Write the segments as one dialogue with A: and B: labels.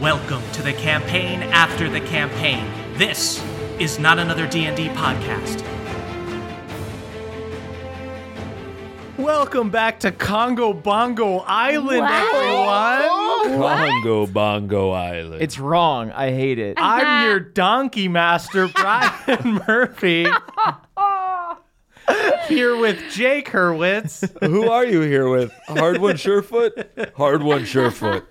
A: Welcome to the campaign after the campaign. This is not another D&D podcast.
B: Welcome back to Congo Bongo Island,
C: Oh,
B: everyone.
D: Bongo Bongo Island.
B: It's wrong. I hate it. I'm your donkey master, Brian Murphy. Here with Jake Hurwitz
D: who are you here with? Hard one Surefoot? Hard one Surefoot.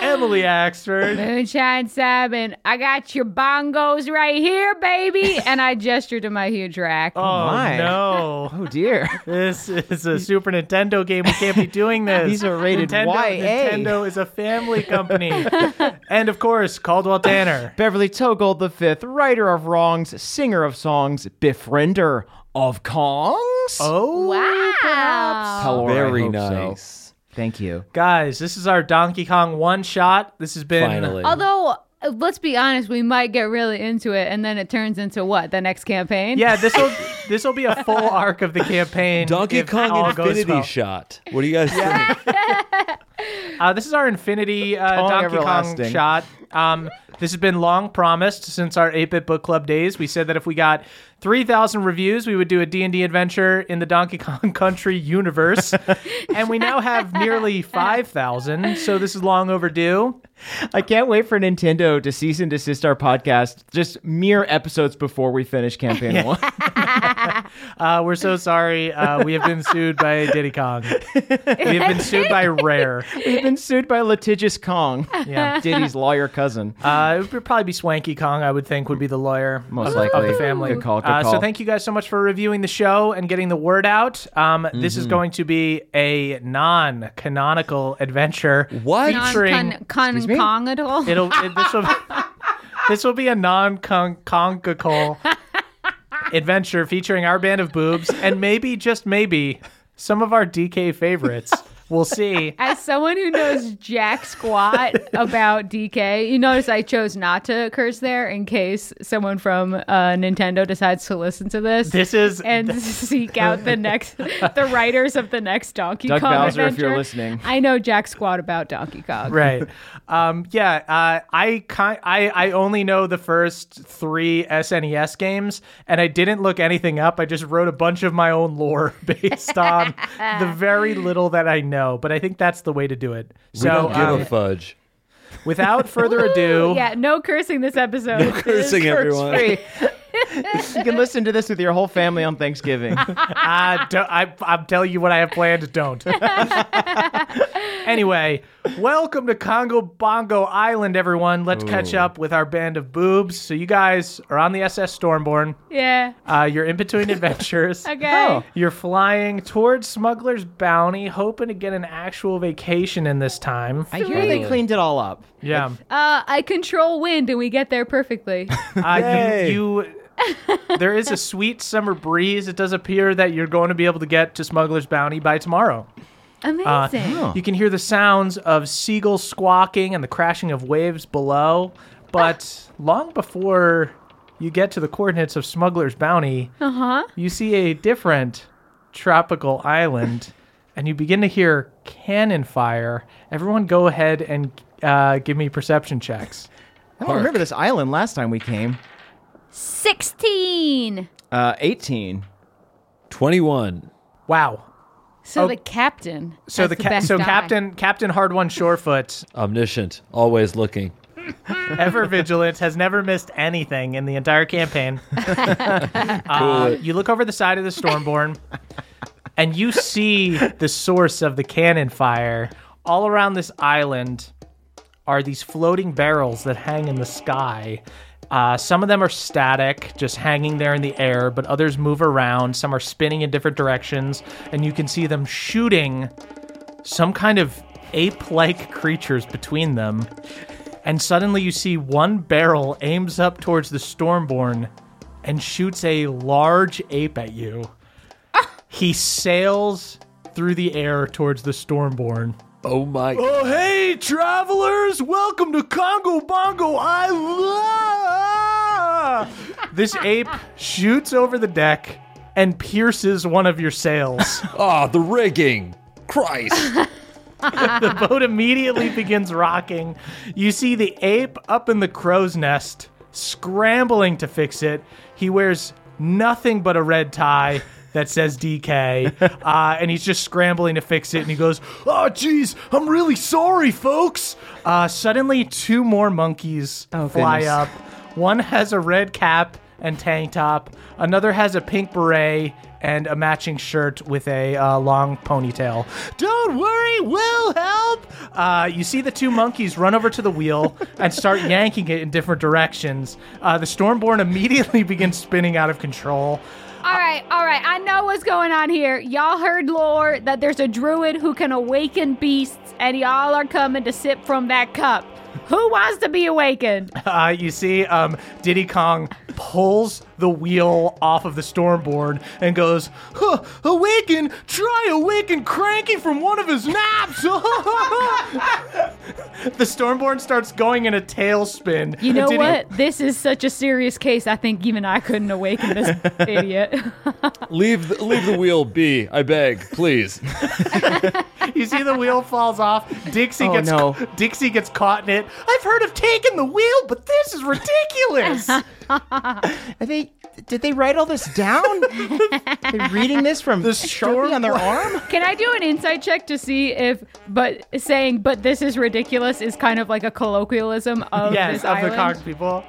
B: Emily Axford.
E: Moonshine Simon, I got your bongos right here, baby. and I gestured to my huge rack.
B: Oh,
C: my.
B: no.
C: Oh dear.
B: This is a Super Nintendo game. We can't be doing this.
C: These are rated
B: Nintendo,
C: YA.
B: Nintendo is a family company. and of course, Caldwell Tanner.
C: Beverly Togold the fifth, writer of wrongs, singer of songs, befriender of Kongs.
B: Oh,
E: wow.
C: Or I
D: Very
C: hope so.
D: nice.
C: Thank you.
B: Guys, this is our Donkey Kong one shot. This has been
D: Finally.
E: Although, uh, let's be honest, we might get really into it and then it turns into what? The next campaign?
B: Yeah, this will this will be a full arc of the campaign.
D: Donkey
B: if
D: Kong
B: all goes
D: Infinity
B: well.
D: Shot. What do you guys think?
B: Uh, this is our Infinity uh,
C: Kong
B: Donkey Kong
C: Everlasting.
B: shot. Um, this has been long promised since our 8-bit book club days. We said that if we got 3,000 reviews, we would do a D&D adventure in the Donkey Kong Country universe. and we now have nearly 5,000, so this is long overdue.
C: I can't wait for Nintendo to cease and desist our podcast just mere episodes before we finish campaign one.
B: Uh, we're so sorry. Uh, we have been sued by Diddy Kong. We have been sued by Rare.
C: We've been sued by litigious Kong,
B: Yeah.
C: Diddy's lawyer cousin.
B: Uh, it would probably be Swanky Kong, I would think, would be the lawyer
C: Most
B: of,
C: likely.
B: of the family.
C: Good call, good
B: Uh, so
C: call.
B: thank you guys so much for reviewing the show and getting the word out. Um, This
C: Mm-hmm.
B: is going to be a non-canonical adventure.
D: What?
B: Featuring,
E: Non con-
C: me?
E: Kong at all?
B: it'll it, this will this will be a non-canonical adventure featuring our band of boobs and maybe just maybe some of our DK favorites. We'll see.
E: As someone who knows jack squat about DK, you notice I chose not to curse there in case someone from uh, Nintendo decides to listen to this.
B: This is
E: and seek out the next the writers of the next Donkey
C: Doug
E: Kong
C: Bowser, if
E: adventure.
C: you're listening.
E: I know Jack Squat about Donkey Kong.
B: right. Um, yeah, uh, I, kind, I I only know the first three SNES games, and I didn't look anything up. I just wrote a bunch of my own lore based on the very little that I know. But I think that's the way to do it.
D: we
B: So
D: don't give
B: um,
D: a fudge.
B: without further ado,
E: Ooh, yeah, no cursing this episode. No
D: cursing, everyone.
C: You can listen to this with your whole family on Thanksgiving.
B: I do uh, I, I'm telling you what I have planned. Don't. anyway, welcome to Congo Bongo Island, everyone. Let's catch up with our band of boobs. So you guys are on the SS Stormborn.
E: Yeah.
B: Uh, you're in between adventures.
E: Okay.
C: Oh.
B: You're flying towards Smuggler's Bounty, hoping to get an actual vacation in this time.
C: I hear they cleaned it all up.
B: yeah.
E: Uh, I control wind and we get there perfectly.
B: Uh,
D: Yay.
B: you, you, there is a sweet summer breeze. It does appear that you're going to be able to get to Smuggler's Bounty by tomorrow.
E: Amazing.
B: You can hear the sounds of seagulls squawking and the crashing of waves below. But long before you get to the coordinates of Smuggler's Bounty, uh-huh. you see a different tropical island and you begin to hear cannon fire. Everyone, go ahead and uh, give me perception checks.
C: I don't remember this island last time we came.
E: 16.
C: Uh, 18.
D: 21.
B: Wow.
E: So the captain.
B: So
E: has
B: the,
E: the
B: ca-
E: best
B: so
E: eye.
B: Captain Captain Hard One Shorefoot
D: Omniscient. Always looking.
B: ever vigilant, has never missed anything in the entire campaign. Uh, you look over the side of the Stormborn, and you see the source of the cannon fire. All around this island are these floating barrels that hang in the sky. Uh, some of them are static, just hanging there in the air, but others move around. Some are spinning in different directions, and you can see them shooting some kind of ape like creatures between them and suddenly you see one barrel aims up towards the Stormborn and shoots a large ape at you. he sails through the air towards the Stormborn.
D: Oh my.
B: Oh, hey, travelers! Welcome to Congo Bongo Island! this ape shoots over the deck and pierces one of your sails.
D: Ah, the rigging. Christ.
B: the boat immediately begins rocking. You see the ape up in the crow's nest, scrambling to fix it. He wears nothing but a red tie that says DK, uh, and he's just scrambling to fix it. And he goes, "Oh, geez, I'm really sorry, folks." Uh, suddenly, two more monkeys fly
C: goodness.
B: up. One has a red cap and tank top. Another has a pink beret and a matching shirt with a uh, long ponytail. Don't worry, we'll help. Uh, you see the two monkeys run over to the wheel and start yanking it in different directions. Uh, the Stormborn immediately begins spinning out of control.
E: All right, all right. I know what's going on here. Y'all heard lore that there's a druid who can awaken beasts, and y'all are coming to sip from that cup. Who wants to be awakened?
B: Uh, you see, um, Diddy Kong pulls the wheel off of the Stormborn and goes, huh, "Awaken! Try awaken Cranky from one of his naps!" the Stormborn starts going in a tailspin.
E: You know
B: Diddy-
E: what? This is such a serious case. I think even I couldn't awaken this idiot.
D: leave the, leave the wheel be. I beg, please.
B: You see the wheel falls off. Dixie
C: Oh,
B: gets
C: no.
B: Dixie gets caught in it. I've heard of taking the wheel, but this is ridiculous.
C: Are they? Did they write all this down? They're reading this from the Sharpie on their arm.
E: Can I do an insight check to see if but saying but this is ridiculous is kind of like a colloquialism of
B: yes,
E: this
B: of the
E: island?
B: Kong people.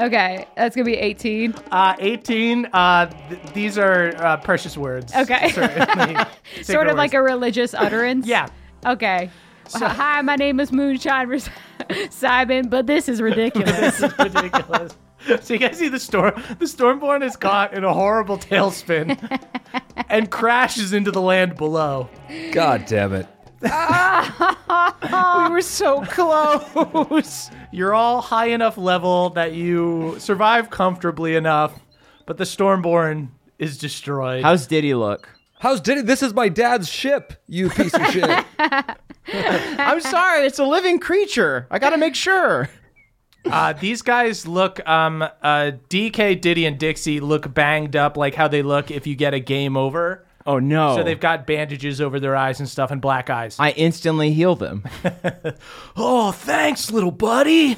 E: Okay, that's gonna be eighteen.
B: Uh, 18. Uh, th- these are uh, precious words.
E: Okay.
B: Certainly.
E: sort of like a religious utterance.
B: Yeah.
E: Okay. Hi, my name is Moonshine Res- Simon, but this is ridiculous.
B: ridiculous. So you guys see the storm. The Stormborn is caught in a horrible tailspin and crashes into the land below.
D: God damn it.
C: We were so close.
B: You're all high enough level that you survive comfortably enough, but the Stormborn is destroyed.
C: How's Diddy look?
D: How's Diddy? This is my dad's ship. You piece of shit.
C: I'm sorry, it's a living creature. I gotta make sure.
B: Uh, these guys look, um, uh, DK, Diddy, and Dixie look banged up like how they look if you get a game over.
C: Oh no!
B: So they've got bandages over their eyes and stuff and black eyes.
C: I instantly heal them,
B: oh, thanks, little buddy.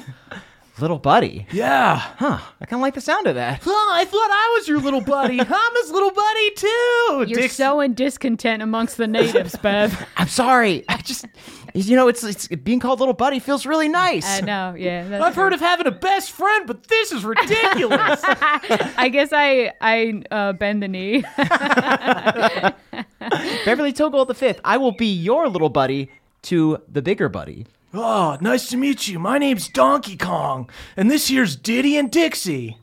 C: little buddy.
B: Yeah.
C: Huh? I kind of like the sound of that.
B: Oh, I thought I was your little buddy. I'm his little buddy too.
E: You're
B: Dix-
E: sowing discontent amongst the natives, Bev.
C: I'm sorry. I just, you know, it's it's being called little buddy feels really nice.
E: I know, yeah. that's
B: I've heard of having a best friend, but this is ridiculous.
E: I guess I I uh, bend the knee.
C: Beverly Togo the fifth. I will be your little buddy to the bigger buddy.
B: oh, nice to meet you. My name's Donkey Kong, and this here's Diddy and Dixie.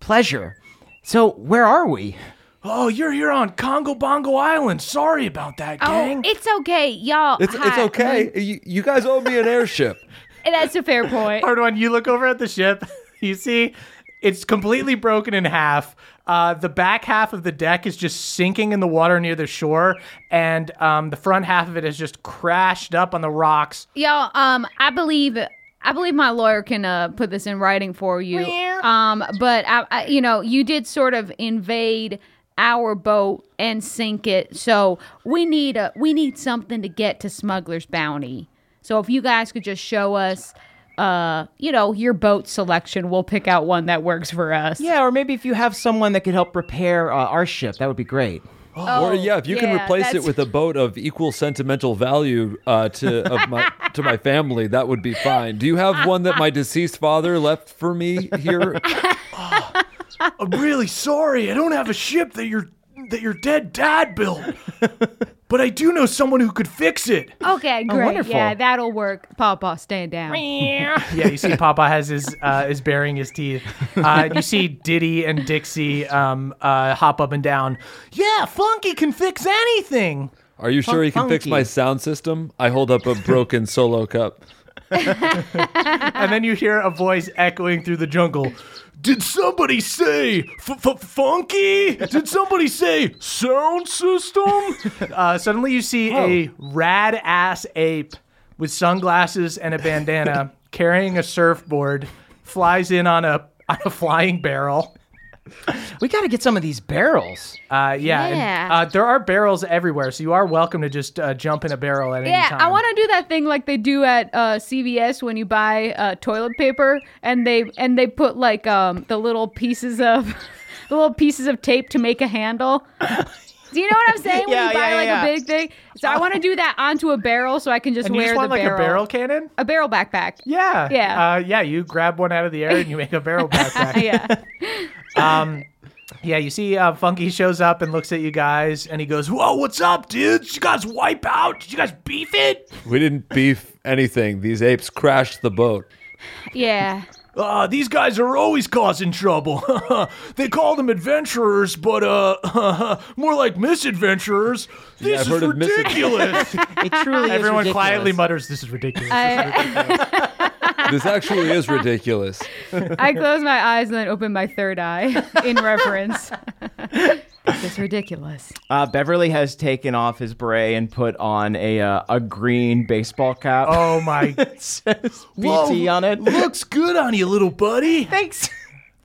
C: Pleasure. So where are we?
B: Oh, you're here on Congo Bongo Island. Sorry about that,
E: Oh,
B: gang.
E: it's okay, y'all.
D: It's, it's okay. You, you guys owe me an airship.
E: That's a fair point.
B: Hard one. You look over at the ship. You see It's completely broken in half. Uh, the back half of the deck is just sinking in the water near the shore, and um, the front half of it has just crashed up on the rocks.
E: Y'all, um, I believe I believe my lawyer can uh, put this in writing for you. Um, but I, I, you know, you did sort of invade our boat and sink it, so we need a we need something to get to Smuggler's Bounty. So if you guys could just show us, uh, you know, your boat selection, we'll pick out one that works for us.
F: Yeah, or maybe if you have someone that could help repair uh, our ship, that would be great.
D: or yeah, if you can
E: Oh, yeah,
D: replace it
E: that's-
D: with a boat of equal sentimental value uh, to of my to my family, that would be fine. Do you have one that my deceased father left for me here?
B: I'm really sorry. I don't have a ship that your that your dead dad built, but I do know someone who could fix it.
E: Okay, great.
F: wonderful.
E: yeah, that'll work. Papa, stand down.
B: Yeah, you see, Papa has his uh, is baring his teeth. Uh, you see Diddy and Dixie um, uh, hop up and down. Yeah, Funky can fix anything.
D: Are you sure he can fix my
F: Funky.
D: sound system? I hold up a broken solo cup.
B: And then you hear a voice echoing through the jungle. Did somebody say f- f- funky? Did somebody say sound system? Uh, suddenly you see a rad ass ape with sunglasses and a bandana carrying a surfboard flies in on a on a flying barrel.
F: We got to get some of these barrels.
B: Uh, yeah, and,
E: Yeah.
B: uh, there are barrels everywhere, so you are welcome to just uh, jump in a barrel at any
E: Yeah,
B: time.
E: I want to do that thing like they do at uh, CVS when you buy uh, toilet paper, and they and they put like um, the little pieces of the little pieces of tape to make a handle. Do you know what I'm saying? when
F: Yeah,
E: you buy
F: yeah,
E: like
F: yeah.
E: a big thing, so I want to do that onto a barrel so I can just
B: and you
E: wear
B: just want
E: the
B: like
E: barrel.
B: a barrel cannon?
E: A barrel backpack.
B: Yeah.
E: Yeah.
B: Uh, yeah, you grab one out of the air and you make a barrel
E: Uh,
B: backpack.
E: yeah.
B: Yeah, you see, uh, Funky shows up and looks at you guys, and he goes, "Whoa, what's up, dudes? You guys wipe out? Did you guys beef it?
D: We didn't beef anything. These apes crashed the boat.
E: Yeah.
B: Uh, these guys are always causing trouble. they call them adventurers, but uh, more like misadventurers. This
D: I've heard of misadv-
F: It truly is
B: Everyone
F: ridiculous.
B: quietly mutters, "This is ridiculous."
E: I,
D: This actually is ridiculous.
E: I close my eyes and then open my third eye in reference. It's ridiculous.
G: Uh, Beverly has taken off his beret and put on a uh, a green baseball cap.
B: oh my!
G: It says BT on it.
B: looks good on you, little buddy.
G: Thanks.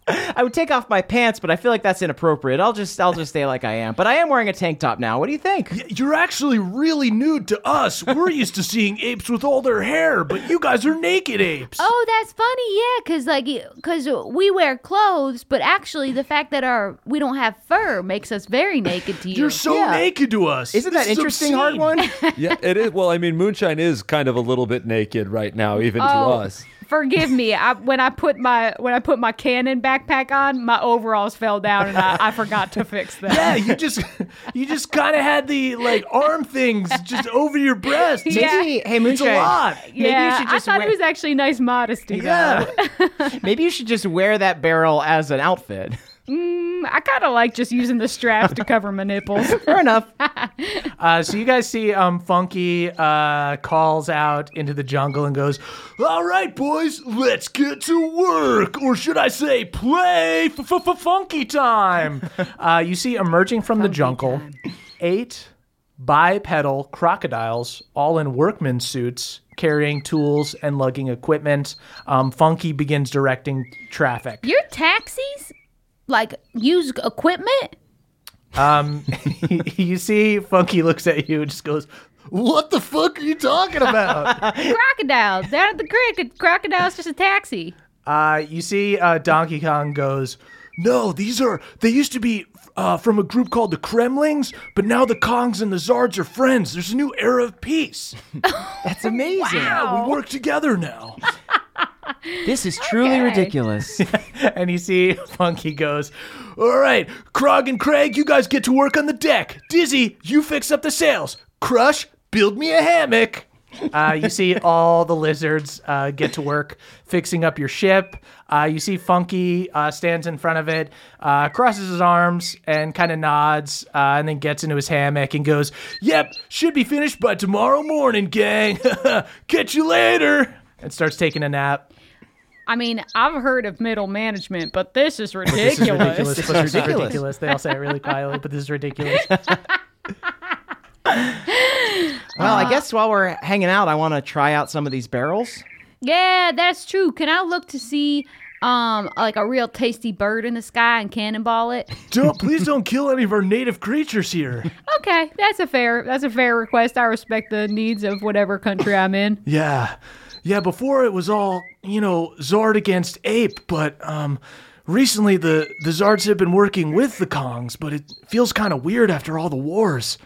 G: I would take off my pants, but I feel like that's inappropriate. I'll just I'll just stay like I am. But I am wearing a tank top now. What do you think?
B: You're actually really nude to us. We're used to seeing apes with all their hair, but you guys are naked apes.
E: Oh, that's funny. Yeah, cuz like y- cuz we wear clothes, but actually the fact that our we don't have fur makes us very naked to you.
B: You're so
G: Yeah.
B: naked to us.
G: Isn't that
B: This is
G: interesting, hard
B: obscene.
G: one?
D: Yeah, it is. Well, I mean, moonshine is kind of a little bit naked right now, even
E: Oh.
D: to us.
E: Forgive me. I, when I put my when I put my cannon backpack on, my overalls fell down and I, I forgot to fix them.
B: Yeah, you just you just kind of had the like arm things just over your breast.
E: Yeah.
F: Maybe, hey,
B: It's a
F: Moonshine.
B: lot.
F: Maybe
E: Yeah,
F: you should just
E: I thought
F: wear-
E: it was actually nice modesty.
B: Yeah.
G: Maybe you should just wear that barrel as an outfit.
E: though. I kind of like just using the straps to cover my nipples.
G: Fair enough.
B: Uh, so you guys see um, Funky uh, calls out into the jungle and goes, "All right, boys, let's get to work, or should I say, play f- f- f- Funky time." uh, you see emerging from the jungle eight bipedal crocodiles, all in workman suits, carrying tools and lugging equipment. Um, Funky begins directing traffic.
E: Your taxis like use equipment?
B: you see, Funky looks at you and just goes, "What the fuck are you talking about?"
E: Crocodiles down at the creek. a crocodile's just a taxi.
B: Uh, you see, uh, Donkey Kong goes, No, these are, they used to be uh, from a group called the Kremlings, but now the Kongs and the Zards are friends. There's a new era of peace.
G: That's amazing.
B: Yeah, we work together now.
G: This is truly ridiculous.
B: and you see, Funky goes, All right, Krog and Craig, you guys get to work on the deck. Dizzy, you fix up the sails. Crush, build me a hammock. Uh, you see all the lizards uh, get to work fixing up your ship. Uh, you see Funky uh, stands in front of it, uh, crosses his arms, and kind of nods, uh, and then gets into his hammock and goes, Yep, should be finished by tomorrow morning, gang. Catch you later. And starts taking a nap.
E: I mean, I've heard of middle management, but this is ridiculous.
B: ridiculous. This is ridiculous. They all say it really quietly, but this is ridiculous.
G: Well, I guess while we're hanging out, I want to try out some of these barrels.
E: Yeah, that's true. Can I look to see um like a real tasty bird in the sky and cannonball it?
B: don't please don't kill any of our native creatures here.
E: Okay, that's a fair that's a fair request. I respect the needs of whatever country I'm in.
B: Yeah. Yeah, before it was all, you know, Zard against ape, but um recently the the Zards have been working with the Kongs, but it feels kind of weird after all the wars.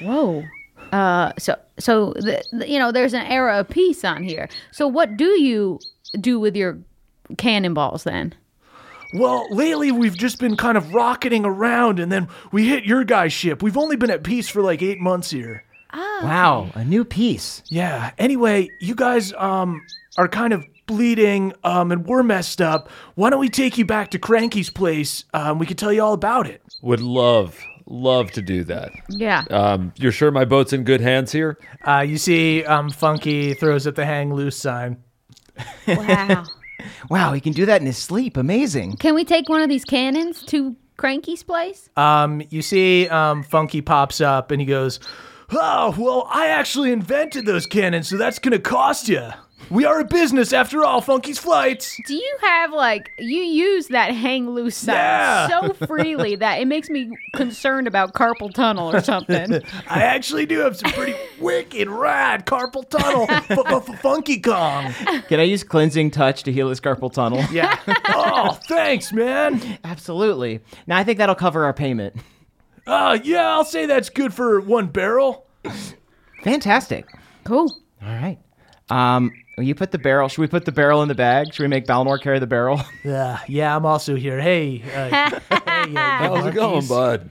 E: Whoa. Uh, so so the, the- you know, there's an era of peace on here. So what do you do with your cannonballs then?
B: Well, lately we've just been kind of rocketing around and then we hit your guy's ship. We've only been at peace for like 8 months here.
G: Oh. Wow, a new piece.
B: Yeah. Anyway, you guys um are kind of bleeding um and we're messed up. Why don't we take you back to Cranky's place? Um we can tell you all about it.
D: Would love, love to do that.
E: Yeah.
D: Um, you're sure my boat's in good hands here?
B: Uh, you see, um, Funky throws up the hang loose sign.
E: Wow.
G: Wow, he can do that in his sleep. Amazing.
E: Can we take one of these cannons to Cranky's place?
B: Um, you see, um, Funky pops up and he goes, "Oh, well, I actually invented those cannons, so that's gonna cost you. We are a business after all. Funky's flights."
E: Do you have like you use that hang loose sign
B: Yeah.
E: so freely that it makes me concerned about carpal tunnel or something?
B: I actually do have some pretty wicked rad carpal tunnel, f- f- Funky Kong.
G: Can I use cleansing touch to heal his carpal tunnel?
B: Yeah. Oh, thanks, man.
G: Absolutely. Now I think that'll cover our payment.
B: Uh, yeah, I'll say that's good for one barrel.
G: Fantastic.
E: cool.
G: All right. Um, you put the barrel. Should we put the barrel in the bag? Should we make Balnor carry the barrel?
B: Uh, yeah, I'm also here. Hey, uh, hey, uh, you
D: How's it going,
B: monkeys.
D: bud?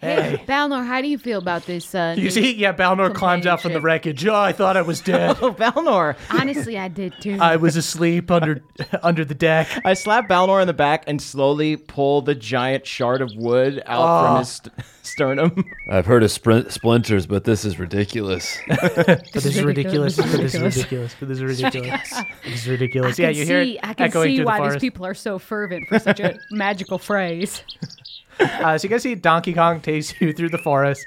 E: Hey, Balnor, how do you feel about this? Uh,
B: You
E: new-
B: see, yeah, Balnor climbs out from the wreckage. Oh, I thought I was dead.
G: oh, Balnor!
E: honestly, I did too.
B: I was asleep under under the deck.
G: I slap Balnor in the back and slowly pull the giant shard of wood out from his st- sternum.
D: I've heard of sprint- splinters, but this is ridiculous.
B: But this is ridiculous. But this is ridiculous. But this is ridiculous. This is ridiculous. Yeah,
E: I can
B: you
E: see,
B: hear
E: I
B: it
E: can
B: echoing
E: see
B: through the
E: why
B: forest.
E: these people are so fervent for such a magical phrase.
B: Uh, so you guys see Donkey Kong takes you through the forest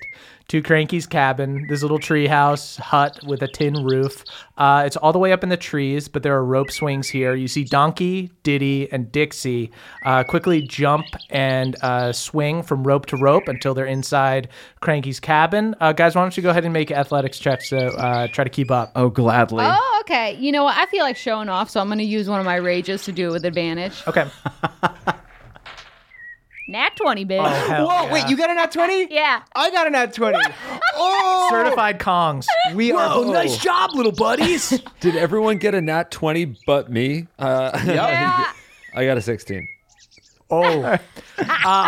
B: to Cranky's cabin, this little treehouse hut with a tin roof. Uh, it's all the way up in the trees, but there are rope swings here. You see Donkey, Diddy, and Dixie uh, quickly jump and uh, swing from rope to rope until they're inside Cranky's cabin. Uh, guys, why don't you go ahead and make athletics checks to uh, try to keep up?
G: oh, gladly.
E: Oh, okay. You know what? I feel like showing off, so I'm going to use one of my rages to do it with advantage.
B: Okay.
E: Nat 20, bitch.
B: Oh,
G: Whoa! Wait, you got an at twenty?
E: Yeah.
G: I got an at twenty. oh,
B: Certified Kongs.
G: We are.
C: Oh, nice job, little buddies.
D: Did everyone get a nat 20 but me? Uh,
E: Yeah.
D: I got a 16.
B: Oh, uh,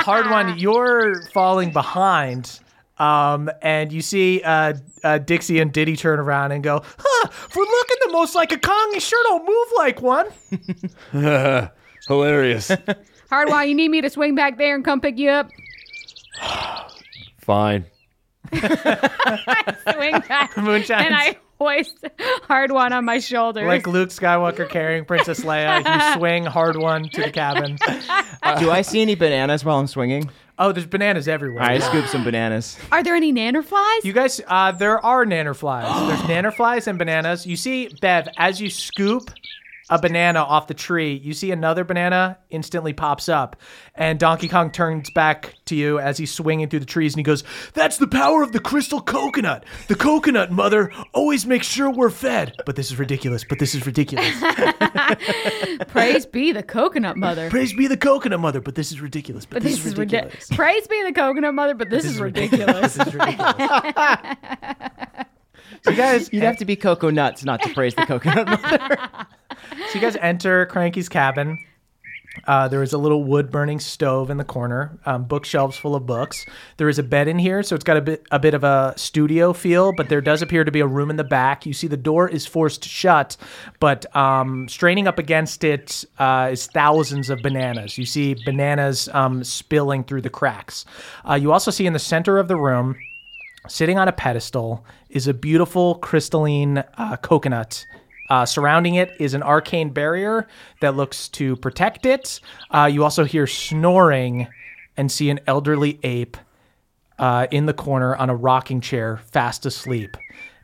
B: hard one. You're falling behind. Um, and you see uh, uh, Dixie and Diddy turn around and go, huh, if we're looking the most like a Kong, you sure don't move like one.
D: Hilarious.
E: Hardwire, you need me to swing back there and come pick you up?
D: Fine.
E: Swing back.
B: Moonshines.
E: And I hoist hard one on my shoulder.
B: Like Luke Skywalker carrying Princess Leia, you swing hard one to the cabin.
G: Do I see any bananas while I'm swinging?
B: Oh, there's bananas everywhere.
G: I scoop some bananas.
E: Are there any nanner flies?
B: You guys, uh, there are nanner flies. There's nanner flies and bananas. You see, Bev, as you scoop a banana off the tree, you see another banana instantly pops up. And Donkey Kong turns back to you as he's swinging through the trees and he goes, That's the power of the crystal coconut. The coconut mother always makes sure we're fed. But this is ridiculous. But this is ridiculous.
E: Praise be the coconut mother.
B: Praise be the coconut mother. But this is ridiculous. But,
E: But this, is ridiculous. Praise be the coconut mother, but this, is ridiculous.
B: This is ridiculous. so, you guys,
G: You'd have to be cocoa nuts not to praise the coconut mother.
B: So you guys enter Cranky's cabin. Uh, there is a little wood burning stove in the corner, um, bookshelves full of books. There is a bed in here, so it's got a bit, a bit of a studio feel, but there does appear to be a room in the back. You see the door is forced shut, but um, straining up against it uh, is thousands of bananas. You see bananas um, spilling through the cracks. Uh, you also see in the center of the room, sitting on a pedestal, is a beautiful crystalline uh, coconut Uh, surrounding it is an arcane barrier that looks to protect it. Uh, you also hear snoring and see an elderly ape uh, in the corner on a rocking chair, fast asleep.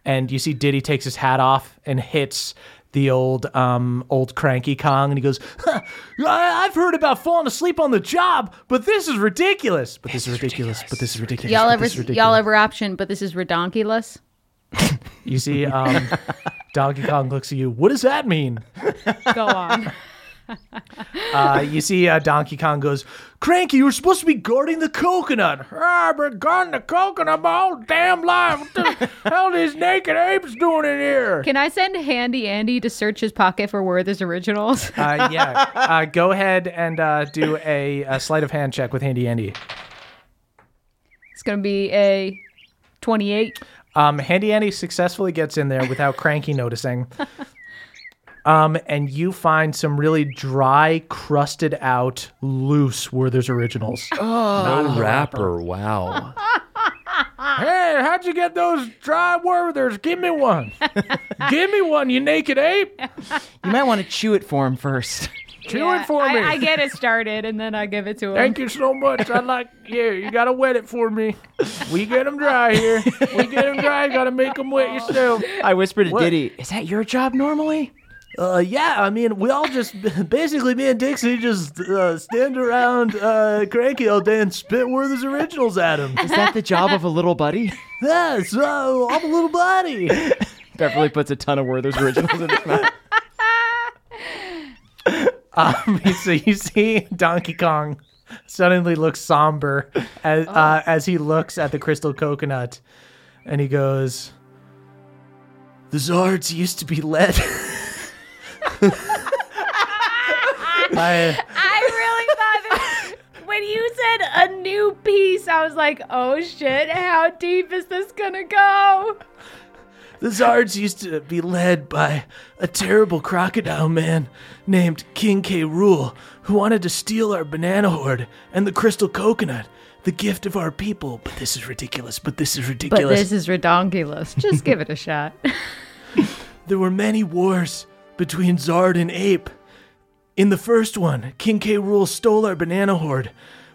B: And you see Diddy takes his hat off and hits the old um, old cranky Kong, and he goes, "Huh, I- "I've heard about falling asleep on the job, but this is ridiculous. But this, is ridiculous. But this is ridiculous.
E: Y'all
B: but
E: ever
B: this is ridiculous."
E: y'all ever option, but this is redonkulous.
B: You see, um, Donkey Kong looks at you. What does that mean?
E: Go on.
B: Uh, you see, uh, Donkey Kong goes, Cranky, you were supposed to be guarding the coconut. I've been guarding the coconut my whole damn life. What the hell are these naked apes doing in here?
E: Can I send Handy Andy to search his pocket for Werther's originals?
B: Uh, yeah. Uh, go ahead and uh, do a, a sleight of hand check with Handy Andy.
E: It's gonna be a twenty-eight.
B: Um, Handy Andy successfully gets in there without Cranky noticing. Um, and you find some really dry, crusted out, loose Werther's originals.
D: No rapper. Wow.
B: Hey, how'd you get those dry Werthers? Give me one. Give me one, you naked ape.
G: You might want to chew it for him first.
B: Chew
E: Yeah,
B: it for
E: I,
B: me.
E: I get it started, and then I give it to him.
B: Thank you so much. I like, yeah, you got to wet it for me. We get them dry here. We get them dry. You got to make them wet yourself.
G: I whispered to
B: What?
G: Diddy, "Is that your job normally?"
B: Uh, yeah, I mean, we all just basically me and Dixie just uh, stand around uh, Cranky all day and spit Werther's originals at him.
G: Is that the job of a little buddy?
B: Yeah, so I'm a little buddy.
G: Beverly puts a ton of Werther's originals in his mouth.
B: so you see Donkey Kong suddenly looks somber as uh, as he looks at the crystal coconut, and he goes, "The Zards used to be led." by
E: I really thought that when you said a new piece, I was like, oh shit, how deep is this gonna go?
B: the Zards used to be led by a terrible crocodile man named King K. Rule, who wanted to steal our banana horde and the crystal coconut, the gift of our people. But this is ridiculous. But this is ridiculous.
E: But this is redonkulous. Just give it a shot.
B: There were many wars between Zard and Ape. In the first one, King K. Rule stole our banana horde,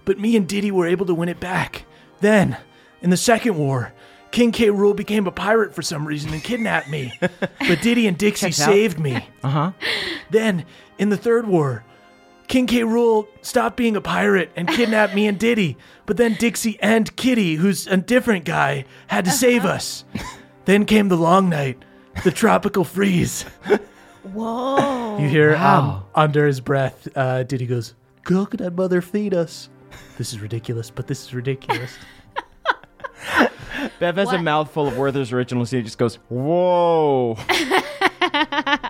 B: but me and Diddy were able to win it back. Then, in the second war, King K. Rule became a pirate for some reason and kidnapped me, but Diddy and Dixie saved me. Uh huh. Then, in the third war, King K. Rule stopped being a pirate and kidnapped me and Diddy, but then Dixie and Kitty, who's a different guy, had to save us. Then came the long night, the tropical freeze. Whoa. You hear um, under his breath, uh, Diddy goes, Coconut mother, feed us. This is ridiculous, but this is ridiculous.
G: Bev has a mouthful of Werther's originals and he just goes, "Whoa!"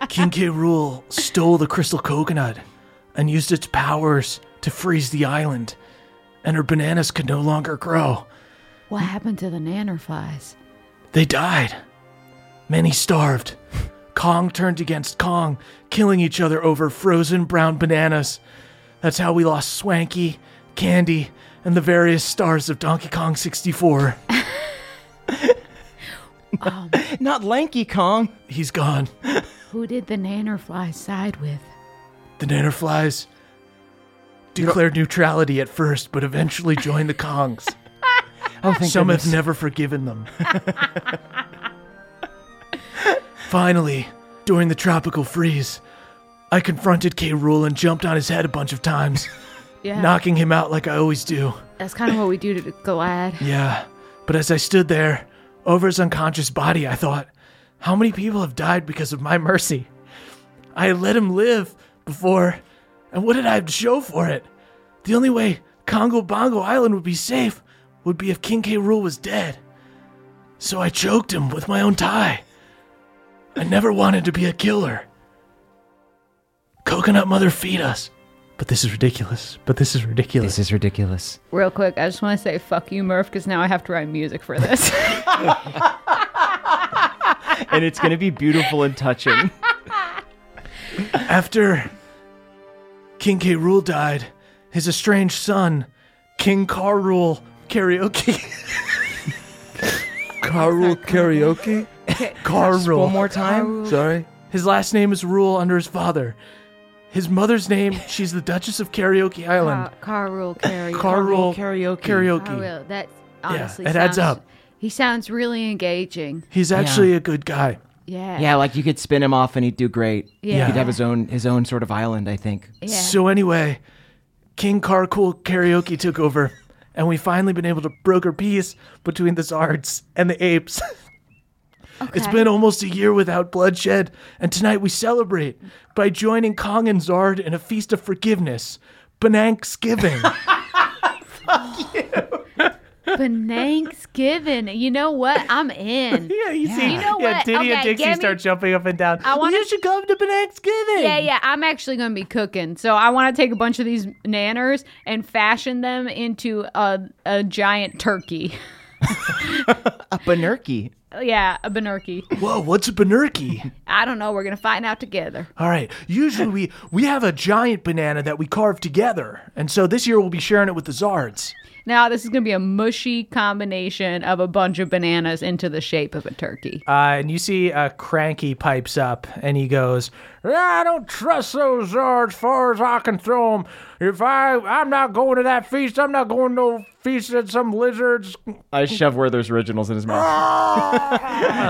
B: King K. Rule stole the crystal coconut and used its powers to freeze the island, and her bananas could no longer grow.
E: What happened to the nannerflies?
B: They died. Many starved. Kong turned against Kong, killing each other over frozen brown bananas. That's how we lost Swanky, Candy, and the various stars of Donkey Kong 64.
G: Not lanky Kong.
B: He's gone.
E: Who did the nannerflies side with?
B: The Nannerflies declared neutrality at first, but eventually joined the Kongs.
G: Oh, thank
B: Some
G: goodness.
B: have never forgiven them. Finally, during the tropical freeze, I confronted K. Rule and jumped on his head a bunch of times,
E: Yeah,
B: knocking him out like I always do.
E: that's kind of what we do to Galad.
B: Yeah, but as I stood there, over his unconscious body, I thought, how many people have died because of my mercy? I had let him live before, and what did I have to show for it? The only way Congo Bongo Island would be safe would be if King K. Rule was dead. So I choked him with my own tie. I never wanted to be a killer. Coconut Mother, feed us. But this is ridiculous. But this is ridiculous.
F: This is ridiculous.
E: Real quick, I just want to say fuck you, Murph, because now I have to write music for this.
G: and it's going to be beautiful and touching.
B: After King K. Rule died, his estranged son, King Car Rule Karaoke.
D: Carl karaoke?
B: Car Rule. Oh,
G: One more time.
D: Sorry.
B: His last name is Rule under his father. His mother's name, she's the Duchess of Karaoke Island.
E: Car, car rule carry.
B: Car Rule
G: Karaoke.
E: Car rule. That honestly
B: it adds
E: sounds-
B: up.
E: He sounds really engaging.
B: He's actually a good guy.
E: Yeah.
G: Yeah, like you could spin him off and he'd do great.
E: Yeah.
G: He'd have his own his own sort of island, I think.
E: Yeah.
B: So anyway, King Carcool Karaoke took over, and we finally been able to broker peace between the Zards and the apes. It's
E: Okay.
B: been almost a year without bloodshed, and tonight we celebrate by joining Kong and Zard in a feast of forgiveness, Bananksgiving.
E: Bananksgiving. You know what? I'm in.
B: yeah, you see,
E: You know
B: yeah,
E: what?
B: Diddy and
E: Okay,
B: Dixie
E: give me-
B: start jumping up and down.
E: I wanna-
B: You should come to Bananksgiving.
E: Yeah, yeah. I'm actually going to be cooking. So I want to take a bunch of these nanners and fashion them into a, a giant turkey.
G: A Banerky.
E: yeah, a banurkey.
B: Whoa, what's a Banerky?
E: I don't know. We're going to find out together.
B: All right. Usually we we have a giant banana that we carve together, and so this year we'll be sharing it with the Zards.
E: Now, this is going to be a mushy combination of a bunch of bananas into the shape of a turkey.
B: Uh, and you see uh, Cranky pipes up and he goes, I don't trust those Zards far as I can throw them. If I, I'm not going to that feast, I'm not going to no feast at some lizards.
G: I shove Werther's originals in his mouth.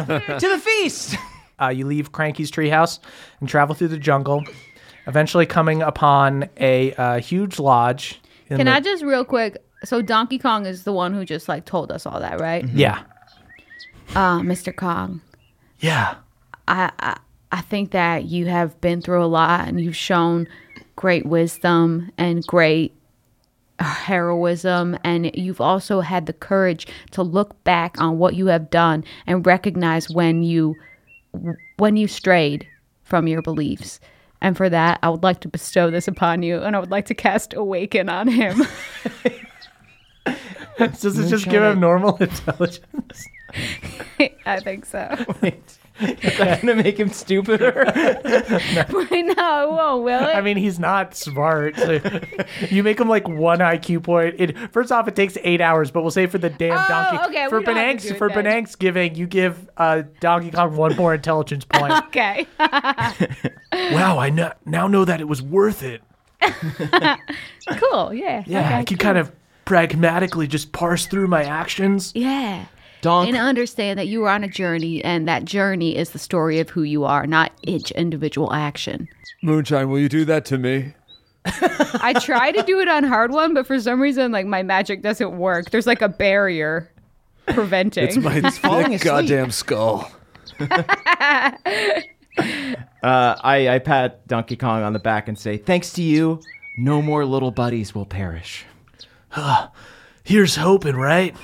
G: to the feast.
B: Uh, you leave Cranky's treehouse and travel through the jungle, eventually coming upon a uh, huge lodge. in
E: Can
B: the-
E: I just real quick? So Donkey Kong is the one who just like told us all that, right?
B: Yeah.
E: Uh, Mr. Kong,
B: Yeah.
E: I, I I think that you have been through a lot and you've shown great wisdom and great uh, heroism and you've also had the courage to look back on what you have done and recognize when you when you strayed from your beliefs. And for that, I would like to bestow this upon you and I would like to cast awaken on him.
B: Does it just give him normal intelligence?
E: I think so.
G: That's gonna make him stupider.
E: no, it won't, will it?
B: I mean, he's not smart. so you make him like one IQ point. It, first off, it takes eight hours, but we'll say for the damn
E: Oh,
B: donkey.
E: okay, we
B: for
E: don't have to do
B: Bananks,
E: it
B: for
E: then.
B: Bananks giving, you give uh, Donkey Kong one more intelligence point.
E: okay.
B: wow, I kn- now know that it was worth it.
E: cool. Yeah.
B: Yeah, I
E: Okay.
B: can kind of pragmatically just parse through my actions.
E: Yeah.
G: Donk.
E: And understand that you are on a journey, and that journey is the story of who you are, not each individual action.
D: Moonshine, will you do that to me?
E: I try to do it on hard one, but for some reason, like my magic doesn't work. There's like a barrier preventing.
D: It's my thick goddamn skull.
G: Uh, I, I pat Donkey Kong on the back and say, "Thanks to you, no more little buddies will perish."
B: Here's hoping, right?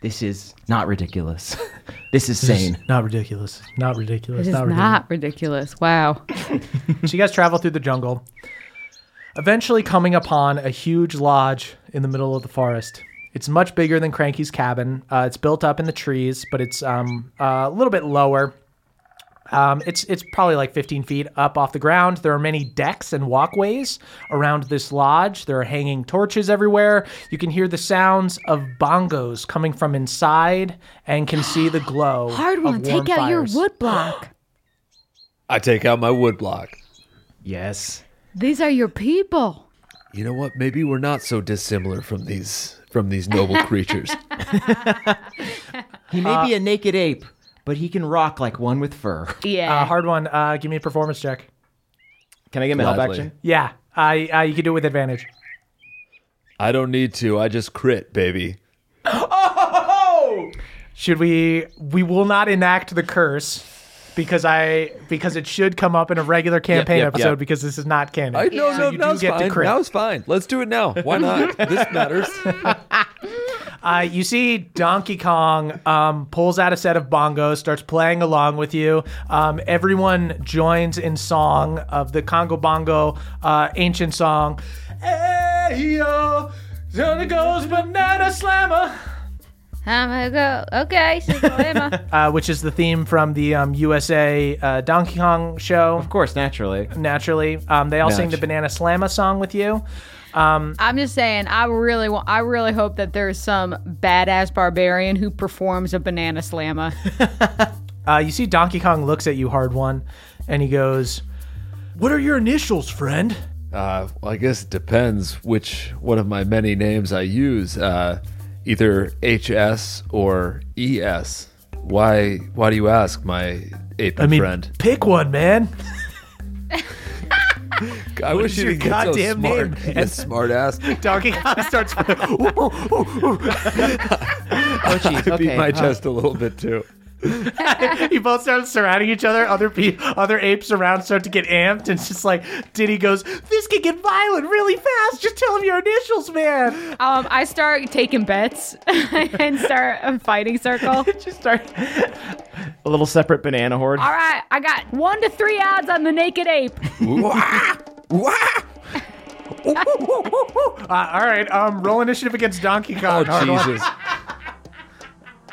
G: This is not ridiculous. this is sane.
B: Not ridiculous. Not ridiculous.
E: it is not ridiculous. Wow.
B: So you guys travel through the jungle, eventually coming upon a huge lodge in the middle of the forest. It's much bigger than Cranky's cabin. Uh, it's built up in the trees, but it's um, uh, a little bit lower. Um, it's it's probably like 15 feet up off the ground. There are many decks and walkways around this lodge. There are hanging torches everywhere. You can hear the sounds of bongos coming from inside, and can see the glow.
E: Hard
B: of warm
E: one. Take out your
B: fires.
E: wood block.
D: I take out my wood block.
G: yes.
E: These are your people.
D: You know what? Maybe we're not so dissimilar from these from these noble creatures.
G: He may be a naked ape, but he can rock like one with fur.
E: Yeah.
B: Uh, hard one. Uh, give me a performance check.
G: Can I get my help
D: Gladly.
G: action?
B: Yeah, I uh, you can do it with advantage.
D: I don't need to. I just crit, baby.
B: Should we? We will not enact the curse because I because it should come up in a regular campaign
D: yep,
B: episode
D: yep.
B: because this is not canon.
D: I no,
B: So
D: no,
B: you do
D: now's
B: get to
D: fine.
B: crit.
D: Now's fine. Let's do it now. Why not? this matters.
B: Uh, you see, Donkey Kong um, pulls out a set of bongos, starts playing along with you. Um, everyone joins in song of the Congo Bongo uh, ancient song. Hey yo, down it goes banana slammer.
E: I'm gonna go. Okay. So Emma.
B: uh, which is the theme from the um, USA uh, Donkey Kong show.
G: Of course, naturally.
B: Naturally, um, they all sing the Banana Slamma song with you.
E: I'm just saying, I really want, I really hope that there's some badass barbarian who performs a banana slamma.
B: Uh, you see, Donkey Kong looks at you, hard one, and he goes, "What are your initials, friend?"
D: Uh, well, I guess it depends which one of my many names I use. Uh, either HS or ES. Why? Why do you ask, my ape
B: I mean,
D: friend?
B: pick one, man.
D: I wish
B: is
D: you
B: your
D: could get so
B: goddamn
D: smart.
B: name?
D: You smart ass.
B: Donkey Kong starts.
D: I beat
B: uh,
D: my chest a little bit too.
B: you both start surrounding each other. Other pe- other apes around start to get amped, and it's just like Diddy goes, "This could get violent really fast. Just tell him your initials, man."
E: Um, I start taking bets and start a fighting circle.
B: Just start.
G: A little separate banana horde.
E: All right, I got one to three odds on the naked ape.
B: Uh, all right, um, roll initiative against Donkey
D: Oh
B: Kong. Hard one.
D: Jesus!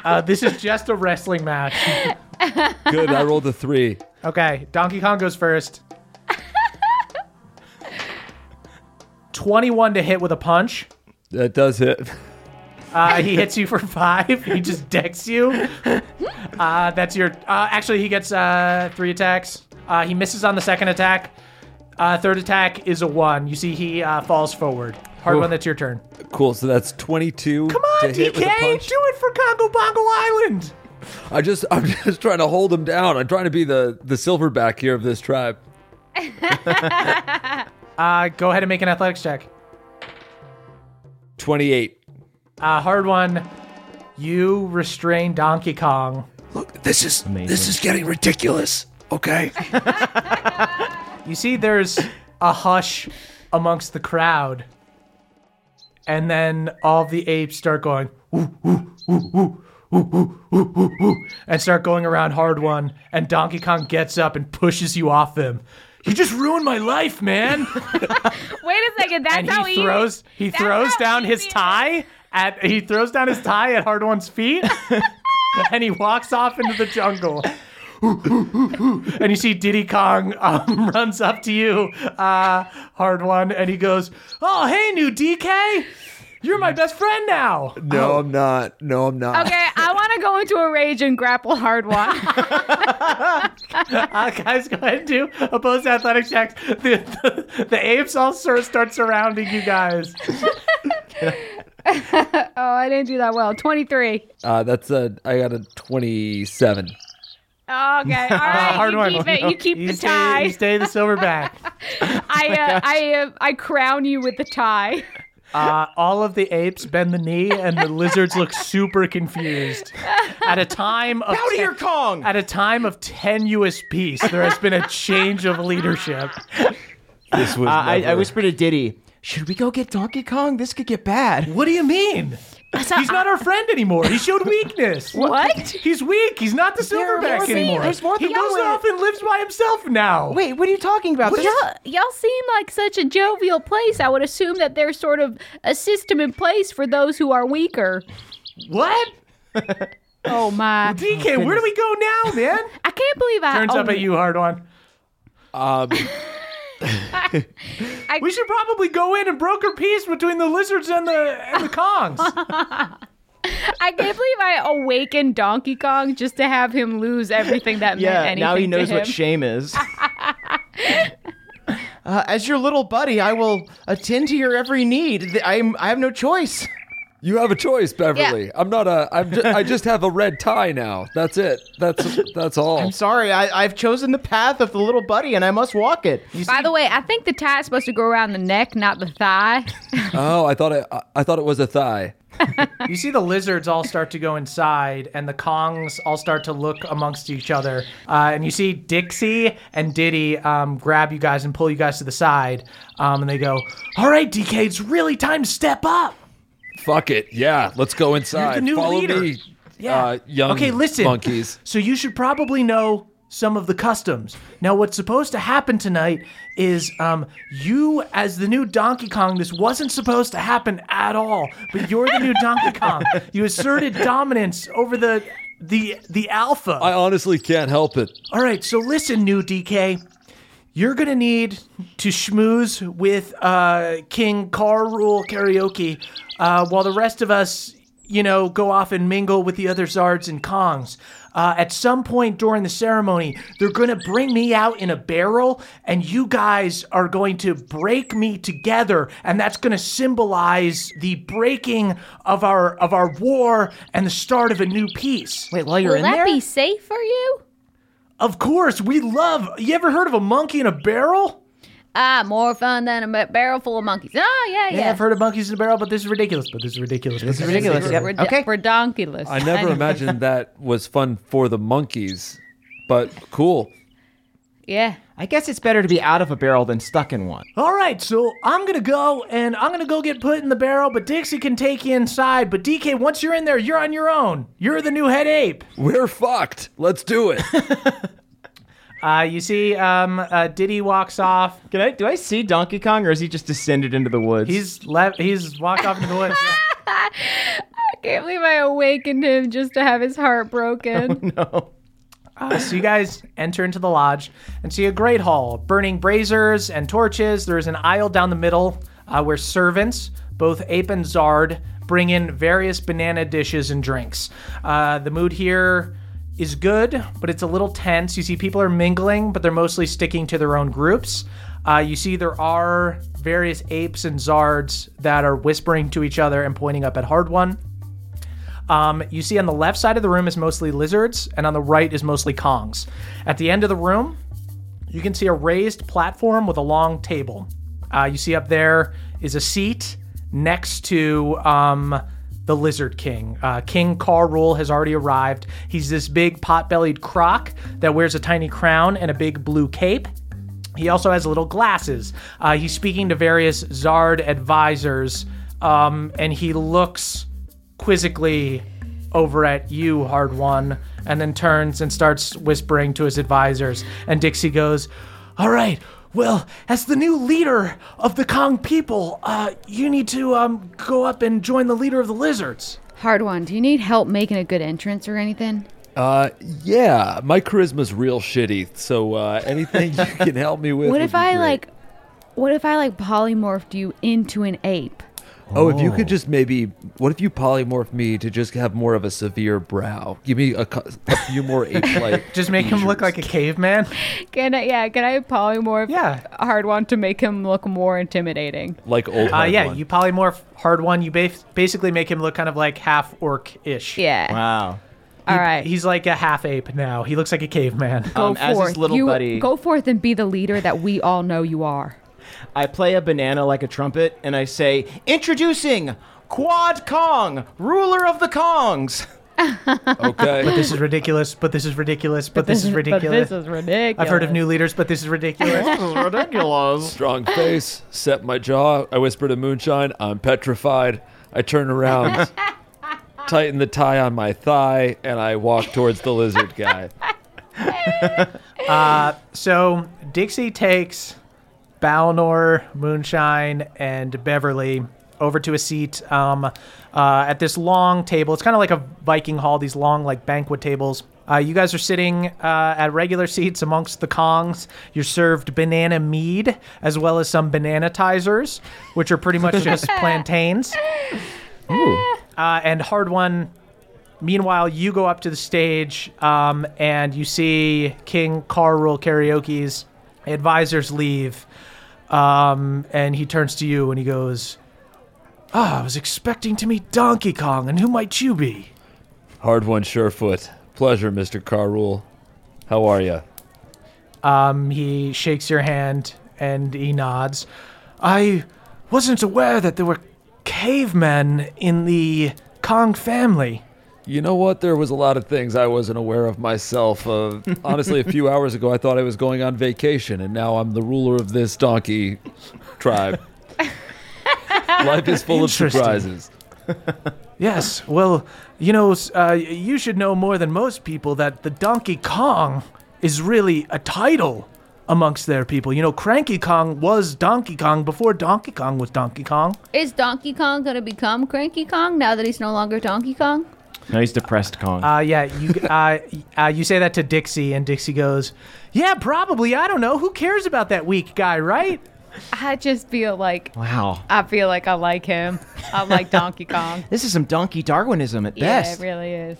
B: Uh, this is just a wrestling match.
D: Good. I rolled a three.
B: Okay, Donkey Kong goes first. 21 to hit with a punch.
D: That does hit.
B: Uh, he hits you for five. He just decks you. Uh, that's your. Uh, actually, he gets uh, three attacks. Uh, he misses on the second attack. Uh, third attack is a one. You see, he uh, falls forward. Hard one, that's your turn.
D: Cool. So that's twenty-two.
B: Come on,
D: to hit
B: DK!
D: with a punch.
B: Do it for Congo Bongo Island!
D: I just, I'm just trying to hold him down. I'm trying to be the the silverback here of this tribe.
B: Uh, go ahead and make an athletics check.
D: Twenty-eight.
B: Uh, hard one, you restrain Donkey Kong.
D: This is this is getting ridiculous. Okay.
B: You see, there's a hush amongst the crowd, and then all the apes start going "Ooh, ooh, ooh, ooh, ooh, ooh, ooh, ooh, ooh," and start going around hard one. And Donkey Kong gets up and pushes you off them. You just ruined my life, man!
E: Wait a second, that's
B: and
E: how
B: he throws he
E: that's
B: throws
E: how
B: down his
E: easy it is.
B: tie at he throws down his tie at hard one's feet and he walks off into the jungle and you see diddy kong um, runs up to you uh, hard one and he goes oh hey new dk you're my best friend now
D: No, I'm not. No, I'm not.
E: Okay, I want to go into a rage and grapple hard one.
B: uh, guys go ahead and do opposed athletic checks the, the, the apes all sort of start surrounding you guys
E: oh, I didn't do that well. 23.
D: Uh, that's a. I got a twenty-seven.
E: Oh, okay, all right.
B: hard
E: you
B: one.
E: keep it. You keep
B: Uh, you
E: the
B: stay,
E: tie.
B: you stay the silverback Oh
E: I uh, I uh, I crown you with the tie.
B: Uh, all of the apes bend the knee, and the lizards look super confused. At a time of
G: Out of here, Kong!
B: at a time of tenuous peace, there has been a change of leadership.
D: This was.
G: Uh, I, I
D: never-
G: whispered to Diddy, should we go get Donkey Kong? This could get bad.
B: What do you mean? He's not our friend anymore. He showed weakness.
E: What?
B: He's weak. He's not the silverback
G: more-
B: anymore.
G: there's more
B: he
G: to
B: goes
G: go at.
B: off and lives by himself now.
G: Wait, what are you talking about? This-
E: uh, Y'all, y'all seem like such a jovial place. I would assume that there's sort of a system in place for those who are weaker.
B: what?
E: Oh my!
B: DK, where do we go now, man?
E: I can't believe I
B: Turns
E: oh,
B: up at you, hard one.
E: I,
B: We should probably go in and broker peace between the lizards and the and the Kongs.
E: I can't believe I awakened Donkey Kong just to have him lose everything that meant
G: yeah,
E: anything
G: now he
E: to
G: knows what
E: him.
G: shame is.
F: Uh, as your little buddy, I will attend to your every need. Th- I'm, I have no choice.
D: You have a choice, Beverly. I'm not a. I'm. Just, I just have a red tie now. That's it. That's that's all.
F: I'm sorry, I, I've chosen the path of the little buddy and I must walk it.
E: By the way, I think the tie is supposed to go around the neck, not the thigh.
D: Oh, I thought it. I- I thought it was a thigh.
B: You see the lizards all start to go inside, and the Kongs all start to look amongst each other. Uh, and you see Dixie and Diddy um, grab you guys and pull you guys to the side. Um, and they go, All right, DK, it's really time to step up.
D: Fuck it. Yeah, let's go inside.
B: You're the new
D: Follow
B: leader.
D: me.
B: Yeah.
D: Uh, young
B: okay, listen.
D: monkeys.
B: So you should probably know some of the customs. Now, what's supposed to happen tonight is um, you, as the new Donkey Kong, this wasn't supposed to happen at all. But you're the new Donkey Kong. You asserted dominance over the the the alpha.
D: I honestly can't help it.
B: all right. So listen, new DK. You're gonna need to schmooze with uh, King Car Rule Karaoke, uh, while the rest of us you know, go off and mingle with the other Zards and Kongs. Uh, at some point during the ceremony, they're going to bring me out in a barrel, and you guys are going to break me together, and that's going to symbolize the breaking of our of our war and the start of a new peace.
G: Wait, while you're
E: Will
G: in
E: that
G: there?
E: be safe for you?
B: Of course, we love. You ever heard of a monkey in a barrel?
E: Ah, more fun than a ba- barrel full of monkeys. Oh, yeah, yeah.
B: Yeah, I've heard of monkeys in a barrel, but this is ridiculous. But this is ridiculous. This is
G: ridiculous. Yep.
E: Rid-
G: Okay.
E: Redonkulous.
D: I never imagined that was fun for the monkeys, but cool.
E: Yeah.
G: I guess it's better to be out of a barrel than stuck in one.
B: All right, so I'm gonna go and I'm gonna go get put in the barrel, but Dixie can take you inside. But DK, once you're in there, you're on your own. You're the new head ape.
D: We're fucked. Let's do it.
B: Uh, you see, um, uh, Diddy walks off.
G: Can I? Do I see Donkey Kong, or is he just descended into the woods?
B: He's left. He's walked off into the woods.
E: I can't believe I awakened him just to have his heart
G: Oh,
E: broken.
B: Uh, so you guys enter into the lodge and see a great hall, burning braziers and torches. There is an aisle down the middle uh, where servants, both ape and zard, bring in various banana dishes and drinks. Uh, the mood here is good, but it's a little tense. You see people are mingling, but they're mostly sticking to their own groups. Uh, you see there are various apes and zards that are whispering to each other and pointing up at Hard One. Um, you see on the left side of the room is mostly lizards, and on the right is mostly Kongs. At the end of the room, you can see a raised platform with a long table. Uh, you see up there is a seat next to um, the Lizard King. Uh, King Carrul has already arrived. He's this big pot bellied croc that wears a tiny crown and a big blue cape. He also has little glasses. Uh, he's speaking to various Zard advisors, um, and he looks quizzically over at you, Hard One, and then turns and starts whispering to his advisors. And Dixie goes, All right, well, as the new leader of the Kong people, uh, you need to um, go up and join the leader of the lizards.
E: Hard one. Do you need help making a good entrance or anything?
D: Uh, yeah, my charisma's real shitty, so uh, anything you can help me with.
E: What
D: would
E: if
D: be
E: I
D: great.
E: like what if I like polymorphed you into an ape?
D: Oh, if you could just maybe. What if you polymorph me to just have more of a severe brow? Give me a, cu- a few more ape-like.
B: Just make him look like a caveman.
E: Can I yeah, can I polymorph
B: Yeah.
E: hard one to make him look more intimidating?
D: like old.
B: Uh,
D: hard
B: yeah,
D: one.
B: you polymorph Hard One. You ba- basically make him look kind of like half orc ish.
E: Yeah.
G: wow.
E: All right. Oh.
B: He's like a half ape now. He looks like a caveman.
E: go
G: Um, as his little
E: you,
G: buddy-
E: Go forth and be the leader that we all know you are.
G: I play a banana like a trumpet, and I say, "Introducing Quad Kong, ruler of the Kongs."
D: Okay.
B: this is ridiculous, but this is ridiculous, but this is
E: But
B: ridiculous.
E: this is ridiculous.
B: I've heard of new leaders, but this is ridiculous.
G: ridiculous.
D: Strong face, set my jaw. I whisper to Moonshine, I'm petrified. I turn around, tighten the tie on my thigh, and I walk towards the lizard guy.
B: so Dixie takes Balnor, Moonshine, and Beverly over to a seat um, uh, at this long table. It's kind of like a Viking hall, these long, like, banquet tables. Uh, you guys are sitting uh, at regular seats amongst the Kongs. You're served banana mead as well as some bananatizers, which are pretty much just plantains. Uh, and Hard One Meanwhile, you go up to the stage um, and you see King Carl Karaoke's advisors leave. Um, and he turns to you and he goes, Ah, I was expecting to meet Donkey Kong, and who might you be?
D: Hard one, Surefoot. Pleasure, Mr. Carrule. How are you?
B: Um, he shakes your hand and he nods. I wasn't aware that there were cavemen in the Kong family.
D: You know what? There was a lot of things I wasn't aware of myself. Uh, honestly, a few hours ago, I thought I was going on vacation, and now I'm the ruler of this donkey tribe. Life is full of
B: Interesting.
D: surprises.
B: Yes, well, you know, s- uh, you should know more than most people that the Donkey Kong is really a title amongst their people. You know, Cranky Kong was Donkey Kong before Donkey Kong was Donkey Kong.
E: Is Donkey Kong gonna become Cranky Kong now that he's no longer Donkey Kong?
G: No, he's depressed Kong.
B: Uh, yeah, you uh, uh, you say that to Dixie, and Dixie goes, "Yeah, probably. I don't know. Who cares about that weak guy, right?"
E: I just feel like
F: Wow.
E: I feel like I like him. I like Donkey Kong.
F: This is some donkey Darwinism at
E: Yeah,
F: best.
E: it really is.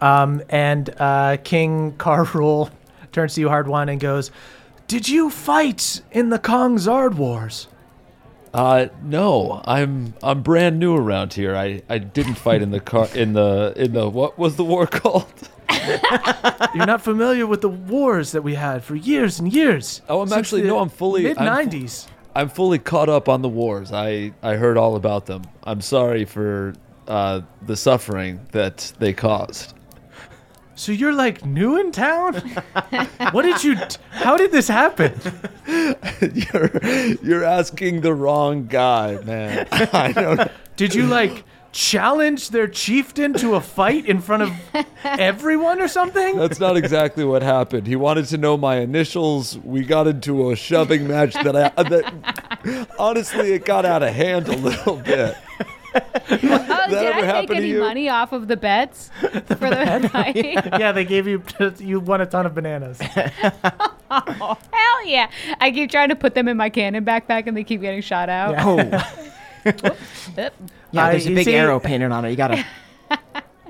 B: Um, and uh, King Car Rule turns to you, Hard One, and goes, Did you fight in the Kong Zard Wars?
D: Uh, no, I'm I'm brand new around here. I, I didn't fight in the car in the in the what was the war called?
B: You're not familiar with the wars that we had for years and years.
D: Oh, I'm actually- no, I'm fully- I'm
B: mid
D: fu-
B: '90s.
D: I'm fully caught up on the wars. I I heard all about them. I'm sorry for uh, the suffering that they caused.
B: So you're like new in town? what did you? d- How did this happen?
D: you're you're asking the wrong guy, man. I don't.
B: Did you like challenge their chieftain to a fight in front of everyone or something?
D: That's not exactly what happened. He wanted to know my initials. We got into a shoving match that I that honestly it got out of hand a little bit.
E: Oh, did
D: ever
E: I
D: happen
E: take
D: to
E: any
D: you?
E: money off of the bets for the night?
B: yeah, they gave you you won a ton of bananas.
E: Hell yeah! I keep trying to put them in my cannon backpack, and they keep getting shot out.
F: Oh,
E: Yep.
F: yeah,
B: Uh,
F: there's a
B: you
F: big
B: see-
F: arrow painted on it. You gotta.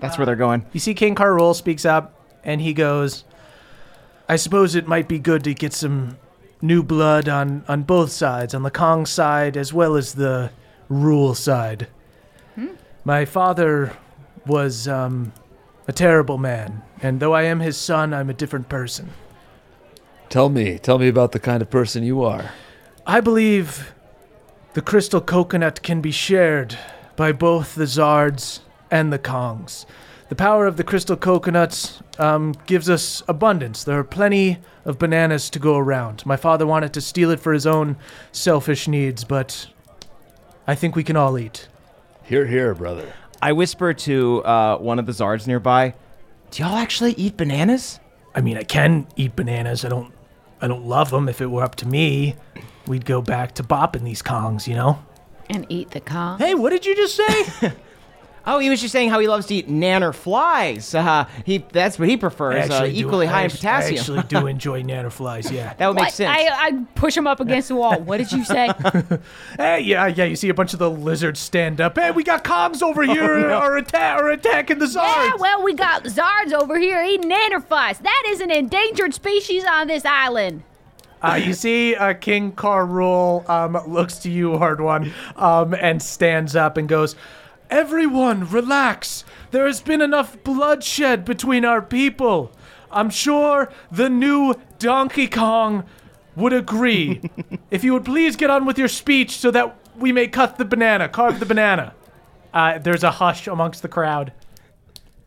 F: That's where they're going.
B: You see, King Carol speaks up and he goes, I suppose it might be good to get some new blood on, on both sides, on the Kong side as well as the Rule side. My father was um, a terrible man, and though I am his son, I'm a different person.
D: Tell me, tell me about the kind of person you are.
B: I believe the crystal coconut can be shared by both the Zards and the Kongs. The power of the crystal coconut um, gives us abundance. There are plenty of bananas to go around. My father wanted to steal it for his own selfish needs, but I think we can all eat.
D: Here, here, brother.
G: I whisper to uh, one of the Zards nearby, Do y'all actually eat bananas?
B: I mean, I can eat bananas. I don't, I don't love them. If it were up to me, we'd go back to bopping these Kongs, you know.
E: And eat the Kong.
G: Hey, what did you just say? oh, he was just saying how he loves to eat nanner flies. Uh, he That's what he prefers, uh,
B: Actually do-
G: equally
B: I
G: high in
B: act-
G: potassium.
B: I actually do enjoy nanoflies. Yeah.
G: that would
E: What?
G: make sense.
E: I, uh, I push him up against the wall. What did you say?
B: Hey, yeah, yeah. You see a bunch of the lizards stand up. Hey, we got comms over
G: Oh,
B: here. Are, atta- are attacking the
E: yeah,
B: czars.
E: well, we got zards over here eating anterflies. That is an endangered species on this island.
B: Uh, you see uh, King Carrul um, looks to you, hard one, um, and stands up and goes, Everyone, relax. There has been enough bloodshed between our people. I'm sure the new Donkey Kong would agree. if you would please get on with your speech so that we may cut the banana, carve the banana. Uh, there's a hush amongst the crowd.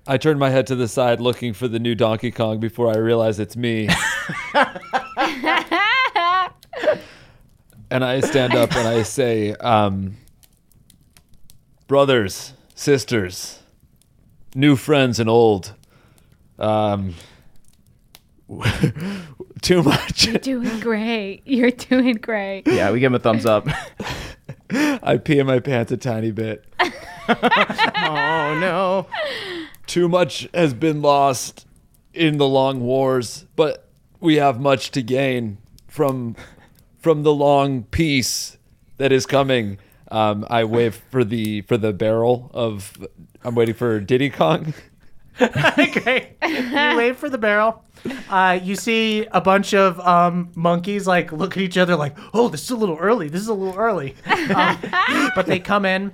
D: I turned my head to the side looking for the new Donkey Kong before I realize it's me. and I stand up and I say, um, brothers, sisters, new friends and old. Um, too much.
E: Doing great. You're doing great.
G: yeah, we give him a thumbs up.
D: I pee in my pants a tiny bit.
G: oh, no.
D: too much has been lost in the long wars, but we have much to gain from from the long peace that is coming. Um, I wave for the for the barrel of. I'm waiting for Diddy Kong.
B: okay. You wait for the barrel. Uh, you see a bunch of um, monkeys like look at each other like, oh, this is a little early. This is a little early. Um, but they come in.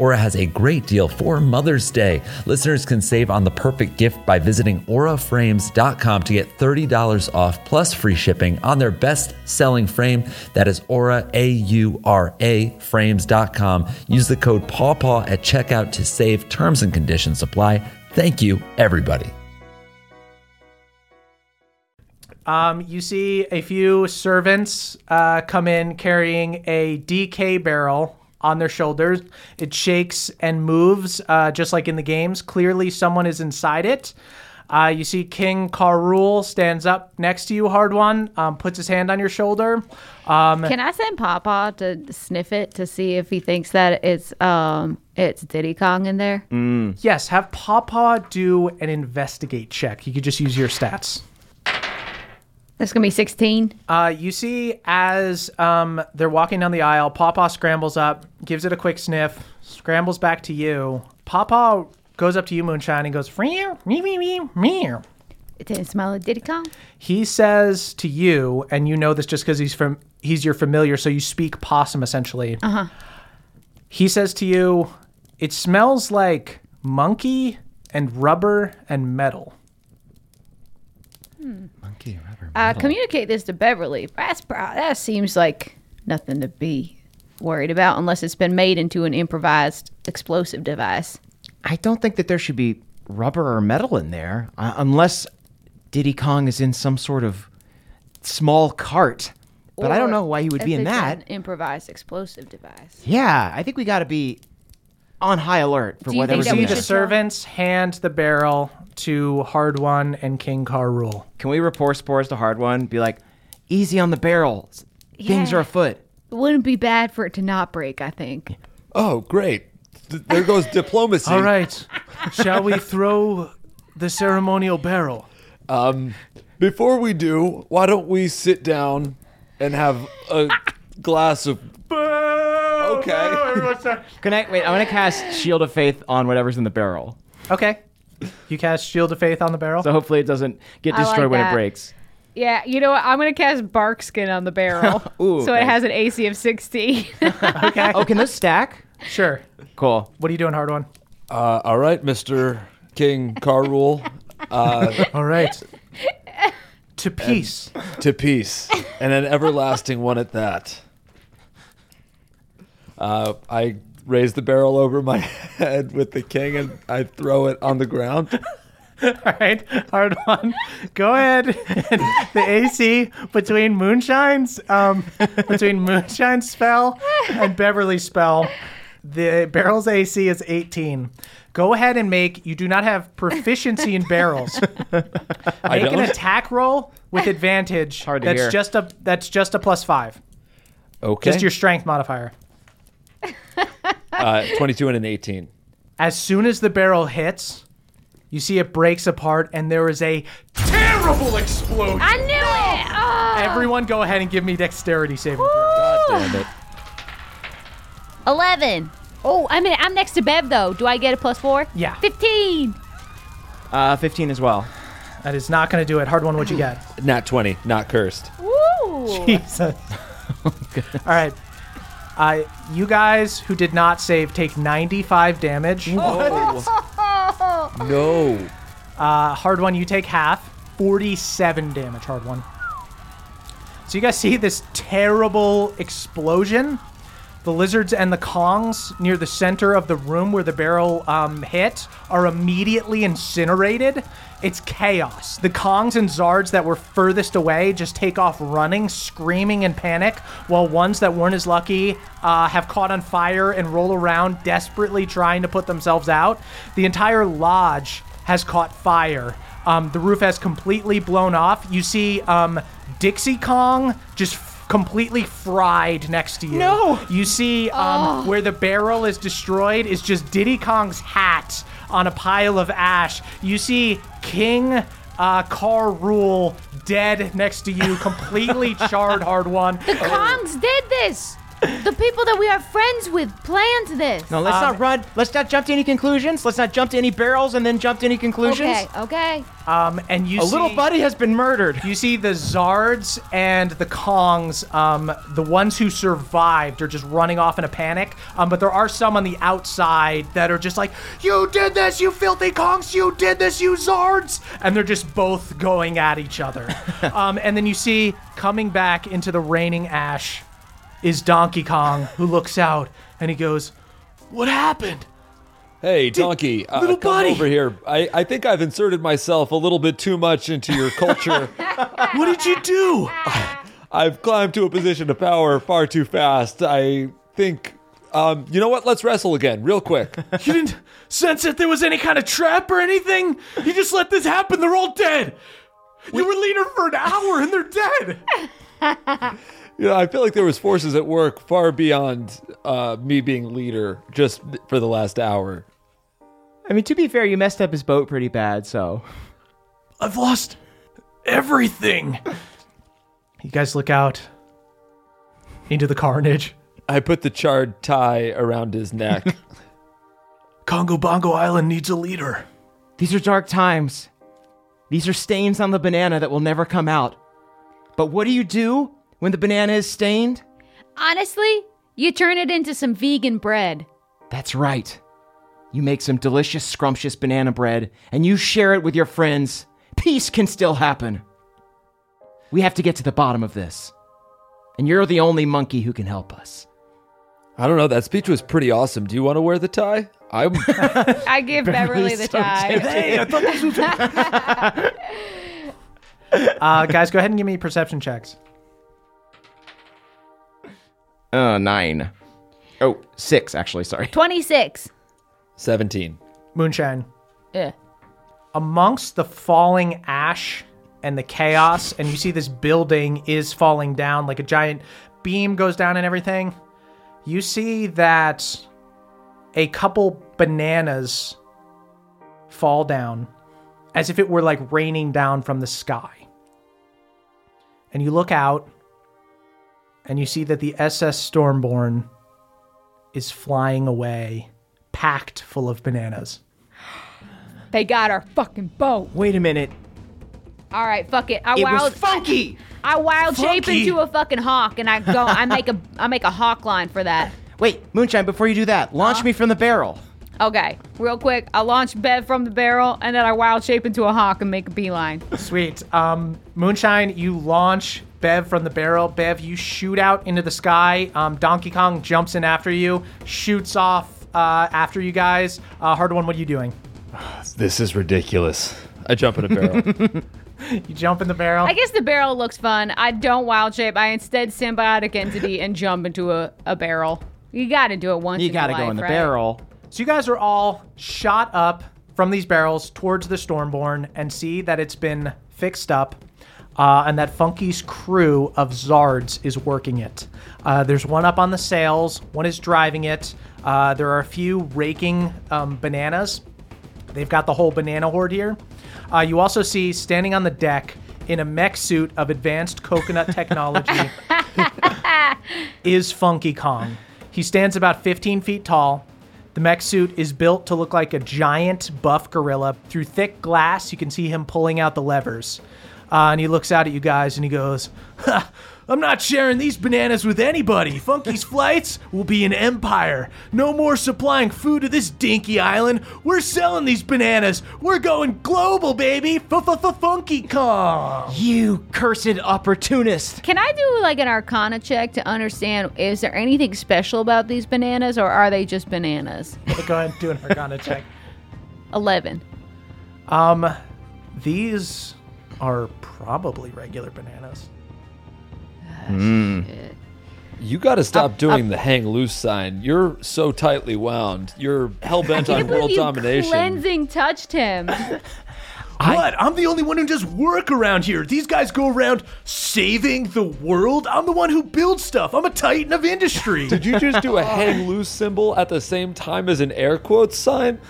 H: Aura has a great deal for Mother's Day. Listeners can save on the perfect gift by visiting auraframes.com to get $30 off plus free shipping on their best selling frame. That is aura, A U R A, frames.com. Use the code PAWPAW at checkout to save. Terms and conditions apply. Thank you, everybody.
B: Um, you see a few servants uh, come in carrying a DK barrel on their shoulders. It shakes and moves uh, just like in the games. Clearly, someone is inside it. Uh, you see King Karul stands up next to you, Hard One, um, puts his hand on your shoulder. Um,
E: Can I send Papa to sniff it to see if he thinks that it's um it's Diddy Kong in there?
B: Yes, have Papa do an investigate check. You could just use your stats.
E: That's gonna be sixteen.
B: Uh, you see, as um, they're walking down the aisle, Pawpaw scrambles up, gives it a quick sniff, scrambles back to you. Pawpaw goes up to you, Moonshine, and goes, meow, meow, meow, meow, meow.
E: It didn't smell of Diddy Kong.
B: He says to you, and you know this just because he's from he's your familiar, so you speak possum essentially. Uh-huh. He says to you, "It smells like monkey and rubber and metal."
E: Uh, communicate this to Beverly. That's pro- that seems like nothing to be worried about unless it's been made into an improvised explosive device.
G: I don't think that there should be rubber or metal in there uh, unless Diddy Kong is in some sort of small cart. But I don't
E: Or
G: know why he would
E: if
G: be in
E: it's
G: that.
E: an improvised explosive device.
G: Yeah, I think we got to be on high alert
E: Do
G: for
E: you think
G: whatever's
E: that
G: in
B: See
E: we
G: there.
B: the
E: should-
B: servants hand the barrel to Hard One and King Car Rule.
G: Can we report spores to hard one? Be like, easy on the barrel. S- Things
E: Yeah.
G: are afoot.
E: It wouldn't be bad for it to not break, I think.
D: Oh, great. Th- There goes diplomacy.
B: All right. Shall we throw the ceremonial barrel?
D: Before we do, why don't we sit down and have a glass of. Okay.
G: Can I wait? I'm gonna cast Shield of Faith on whatever's in the barrel.
B: Okay. You cast Shield of Faith on the barrel.
G: So hopefully it doesn't get
E: I like
G: destroyed when
E: that.
G: it breaks.
E: Yeah, you know what? I'm gonna cast bark skin on the barrel,
G: Ooh,
E: so it
G: nice.
E: has an AC of 60.
B: okay.
G: Oh, can this stack?
B: Sure.
G: Cool.
B: What are you doing, Hard One?
D: Uh, all right, Mr. King Carrule,
B: All right. to peace.
D: to peace, and an everlasting one at that. Uh, I raise the barrel over my head with the king and I throw it on the ground.
B: All right. Hard One. Go ahead. the AC between Moonshine's um, between Moonshine's spell and Beverly's spell. The barrel's AC is 18. Go ahead and make. You do not have proficiency in barrels.
D: I
B: Make an
D: don't.
B: attack roll with advantage.
G: Hard to
B: that's
G: hear.
B: just a that's just a plus five.
D: Okay.
B: Just your strength modifier.
D: uh, 22 and an 18.
B: As soon as the barrel hits, you see it breaks apart and there is a terrible explosion.
E: I knew it. Oh!
B: Everyone go ahead and give me dexterity saving throw.
D: God damn it.
I: Eleven. Oh, I mean, I'm next to Bev though. Do I get a plus four?
B: Yeah.
I: Fifteen.
G: Uh, 15 as well.
B: That is not going to do it. Hard one. What'd you get?
D: Not 20, not cursed.
J: Woo!
B: Jesus. All right. Uh, you guys who did not save take 95 damage.
D: No.
B: Uh, hard one, you take half. 47 damage, hard one. So you guys see this terrible explosion. The lizards and the Kongs near the center of the room where the barrel um, hit are immediately incinerated. It's chaos. The Kongs and Zards that were furthest away just take off running, screaming in panic, while ones that weren't as lucky uh, have caught on fire and roll around, desperately trying to put themselves out. The entire lodge has caught fire. Um, the roof has completely blown off. You see um, Dixie Kong just f- completely fried next to you. No! You see
G: Ah.
B: um, where the barrel is destroyed is just Diddy Kong's hat on a pile of ash. You see King uh, Car Rule dead next to you, completely charred hard one.
E: The Kongs did this. The people that we are friends with planned this.
G: No, let's not run. Let's not jump to any conclusions. Let's not jump to any barrels and then jump to any conclusions.
E: okay, okay.
B: Um, and you
G: A little
B: see-
G: buddy has been murdered.
B: You see the Zards and the Kongs, um, the ones who survived are just running off in a panic. Um, but there are some on the outside that are just like, You did this, you filthy Kongs, you did this, you Zards! And they're just both going at each other. um, and then you see coming back into the raining ash is Donkey Kong, who looks out and he goes, What happened?
D: Hey, Donkey, uh,
B: little
D: come
B: buddy.
D: over here. I, I think I've inserted myself a little bit too much into your culture.
B: What did you do?
D: I've climbed to a position of power far too fast. I think, um, you know what? Let's wrestle again, real quick.
B: You didn't sense that there was any kind of trap or anything? You just let this happen. They're all dead. You were leader for an hour and they're dead.
D: you know, I feel like there was forces at work far beyond uh, me being leader just for the last hour.
G: I mean, to be fair, you messed up his boat pretty bad, so.
B: I've lost everything. You guys look out into the carnage.
D: I put the charred tie around his neck.
B: Congo Bongo Island needs a leader.
G: These are dark times. These are stains on the banana that will never come out. But what do you do when the banana is stained?
E: Honestly, you turn it into some vegan bread.
G: That's right. You make some delicious, scrumptious banana bread and you share it with your friends. Peace can still happen. We have to get to the bottom of this. And you're the only monkey who can help us.
D: I don't know. That speech was pretty awesome. Do you want to wear the tie? I'm.
E: I give Beverly, the tie.
B: Hey, I thought this was. uh, guys, go ahead and give me perception checks.
G: Uh, nine. Oh, six, actually, sorry.
E: 26.
D: 17.
B: Moonshine.
E: Yeah.
B: amongst the falling ash and the chaos, and you see this building is falling down, like a giant beam goes down and everything. You see that a couple bananas fall down as if it were like raining down from the sky. And you look out and you see that the SS Stormborn is flying away, packed full of bananas.
E: They got our fucking boat.
G: Wait a minute.
E: All right, fuck it. I
G: It
E: wild
G: was funky!
E: I wild shape
B: Funky.
E: into a fucking hawk and I go I make a I make a hawk line for that.
G: Wait, Moonshine, before you do that, launch me from the barrel.
E: Okay, real quick, I launch Bev from the barrel and then I wild shape into a hawk and make a beeline.
B: Sweet. Um, Moonshine, you launch Bev from the barrel. Bev, you shoot out into the sky. Um, Donkey Kong jumps in after you, shoots off uh, after you guys. Uh, hard one, what are you doing?
D: This is ridiculous. I jump in a barrel.
B: You jump in the barrel.
E: I guess the barrel looks fun. I don't wild shape. I instead symbiotic entity and jump into a, a barrel. You got to do it once.
G: You
E: in
G: gotta
E: your
G: go
E: life,
G: in the
E: right?
G: barrel.
B: So you guys are all shot up from these barrels towards the Stormborn and see that it's been fixed up. Uh, and that Funky's crew of Zards is working it. Uh, there's one up on the sails, one is driving it. Uh, there are a few raking um, bananas. They've got the whole banana horde here. Uh, you also see standing on the deck in a mech suit of advanced coconut technology is Funky Kong. He stands about 15 feet tall. The mech suit is built to look like a giant buff gorilla. Through thick glass, you can see him pulling out the levers. Uh, and he looks out at you guys and he goes, ha, I'm not sharing these bananas with anybody. Funky's Flights will be an empire. No more supplying food to this dinky island. We're selling these bananas. We're going global, baby. Funky Kong.
G: You cursed opportunist.
E: Can I do like an arcana check to understand is there anything special about these bananas or are they just bananas?
B: Go ahead and do an arcana check.
E: 11.
B: Um, these are probably regular bananas.
D: You got to stop doing the hang loose sign. You're so tightly wound. You're hell bent on
E: Can't believe
D: world
E: you
D: domination.
E: cleansing touched him.
A: What? I'm the only one who does work around here. These guys go around saving the world. I'm the one who builds stuff. I'm a titan of industry.
D: Did you just do a hang loose symbol at the same time as an air quotes sign?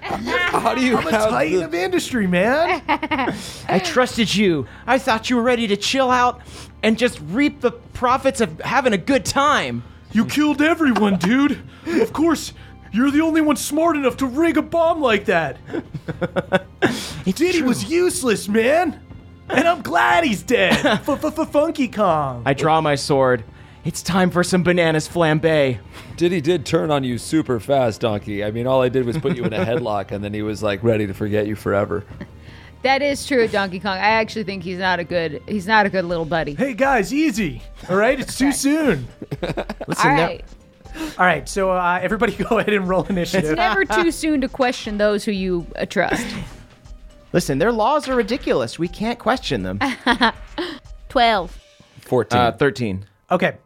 D: How do you
A: I'm a
D: have
A: titan
D: the-
A: of industry, man.
G: I trusted you. I thought you were ready to chill out and just reap the profits of having a good time.
A: You killed everyone, dude. Of course, you're the only one smart enough to rig a bomb like that. Diddy was useless, man. And I'm glad he's dead. Funky Kong.
G: I draw my sword. It's time for some bananas flambe.
D: Diddy did turn on you super fast, Donkey. I mean, all I did was put you in a headlock, and then he was like ready to forget you forever.
E: that is true, Donkey Kong. I actually think he's not a good he's not a good little buddy.
A: Hey guys, easy. All right, it's too soon.
E: All right.
B: All right, so uh, everybody go ahead and roll initiative.
E: Never too soon to question those who you uh, trust.
F: Listen, their laws are ridiculous. We can't question them.
E: 12.
D: 14.
F: Uh, 13.
B: Okay.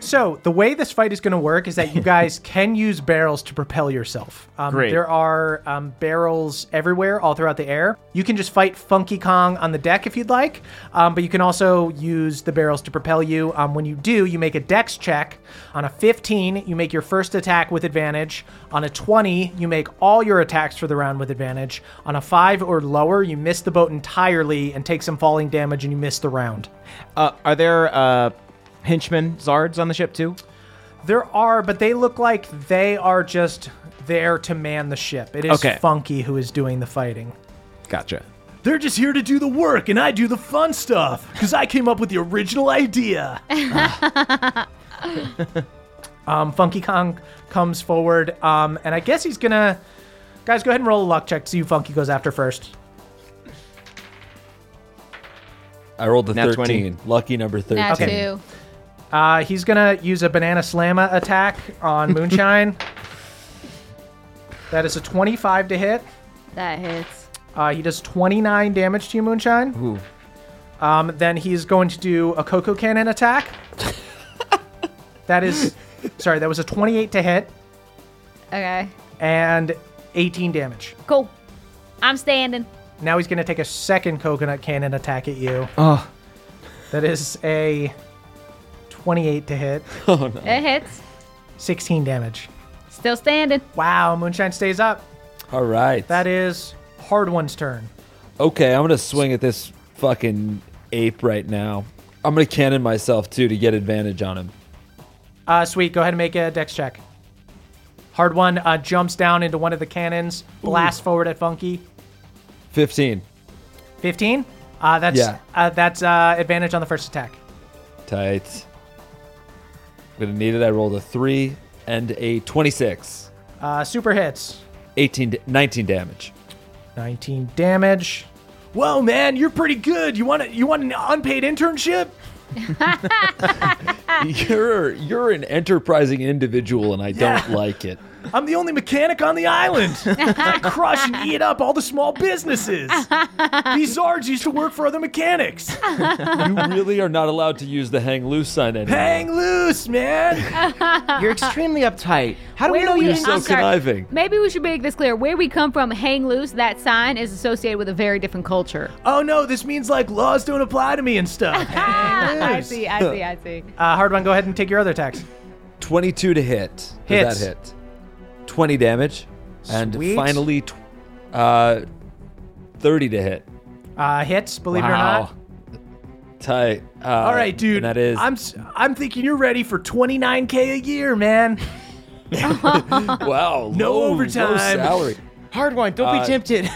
B: So the way this fight is going to work is that you guys can use barrels to propel yourself. Um,
F: Great.
B: There are um, barrels everywhere, all throughout the air. You can just fight Funky Kong on the deck if you'd like, um, but you can also use the barrels to propel you. Um, when you do, you make a dex check. On a 15, you make your first attack with advantage. On a 20, you make all your attacks for the round with advantage. On a 5 or lower, you miss the boat entirely and take some falling damage and you miss the round.
F: Uh, are there uh, henchmen, Zards on the ship too?
B: There are, but they look like they are just there to man the ship. It is
F: Okay.
B: Funky who is doing the fighting.
F: Gotcha.
A: They're just here to do the work, and I do the fun stuff because I came up with the original idea.
B: Um, Funky Kong comes forward, um, and I guess he's gonna. Guys, go ahead and roll a luck check. See who Funky goes after first.
D: I rolled the
F: Nat
D: 13. Lucky number 13.
E: Nat
B: Okay.
E: two.
B: Uh, he's gonna use a banana slamma attack on Moonshine. that is a 25 to hit.
E: That hits.
B: Uh, he does 29 damage to you, Moonshine. Ooh. Um, then he's going to do a Coco Cannon attack. that is, sorry, that was a 28 to hit
E: Okay.
B: and 18 damage.
E: Cool. I'm standing.
B: Now he's going to take a second Coconut Cannon attack at you.
F: Oh.
B: That is a 28 to hit,
E: It hits.
B: 16 damage.
E: Still standing.
B: Wow, Moonshine stays up.
D: All right.
B: That is Hard One's turn.
D: Okay, I'm gonna swing at this fucking ape right now. I'm gonna cannon myself too to get advantage on him.
B: Uh, sweet. Go ahead and make a dex check. Hard one uh, jumps down into one of the cannons, blasts forward at Funky.
D: 15.
B: 15. Uh, that's
D: Yeah.
B: uh, that's uh, advantage on the first attack.
D: Tight. I'm gonna need it. I rolled a three and a 26.
B: Uh, super hits.
D: 18, da- 19 damage.
B: 19 damage.
A: Whoa, man, you're pretty good. You want a, you want an unpaid internship?
D: You're you're an enterprising individual, and I don't like it.
A: I'm the only mechanic on the island. I crush and eat up all the small businesses. These Zards used to work for other mechanics.
D: You really are not allowed to use the hang loose sign anymore.
A: Hang loose, man.
F: You're extremely uptight. How do
E: Where
F: we know
E: we-
F: you
D: You're so
E: I'm sorry.
D: conniving.
E: Maybe we should make this clear. Where we come from, hang loose, that sign is associated with a very different culture.
A: Oh no, this means like laws don't apply to me and stuff. Hang
E: I
A: loose.
E: see, I see, I see.
B: Uh, hard one. Go ahead and take your other attacks.
D: 22 to hit. Does
B: Hits.
D: that hit? 20 damage. And
B: Sweet.
D: finally, tw- uh, 30 to hit.
B: Uh, hits. Believe it or not.
D: Tight. Uh,
A: All right, dude.
D: And that is.
A: I'm s- I'm thinking you're ready for 29k a year, man.
D: wow.
A: No
D: low- Low
A: overtime.
D: salary.
G: Hard one. Don't
D: Uh,
G: be tempted.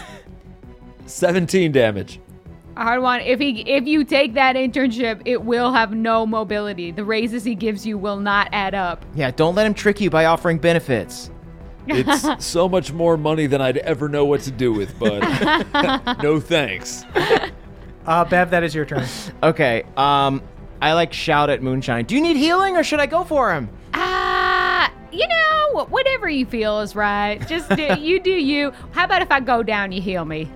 D: 17 damage.
E: Hard one. If he if you take that internship, it will have no mobility. The raises he gives you will not add up.
G: yeah, don't let him trick you by offering benefits.
D: It's so much more money than I'd ever know what to do with, bud. no thanks.
B: Uh, Bev, that is your turn.
G: Okay. Um, I like shout at Moonshine. Do you need healing or should I go for him?
E: Ah, you know, whatever you feel is right. Just do, you do you. How about if I go down, you heal me?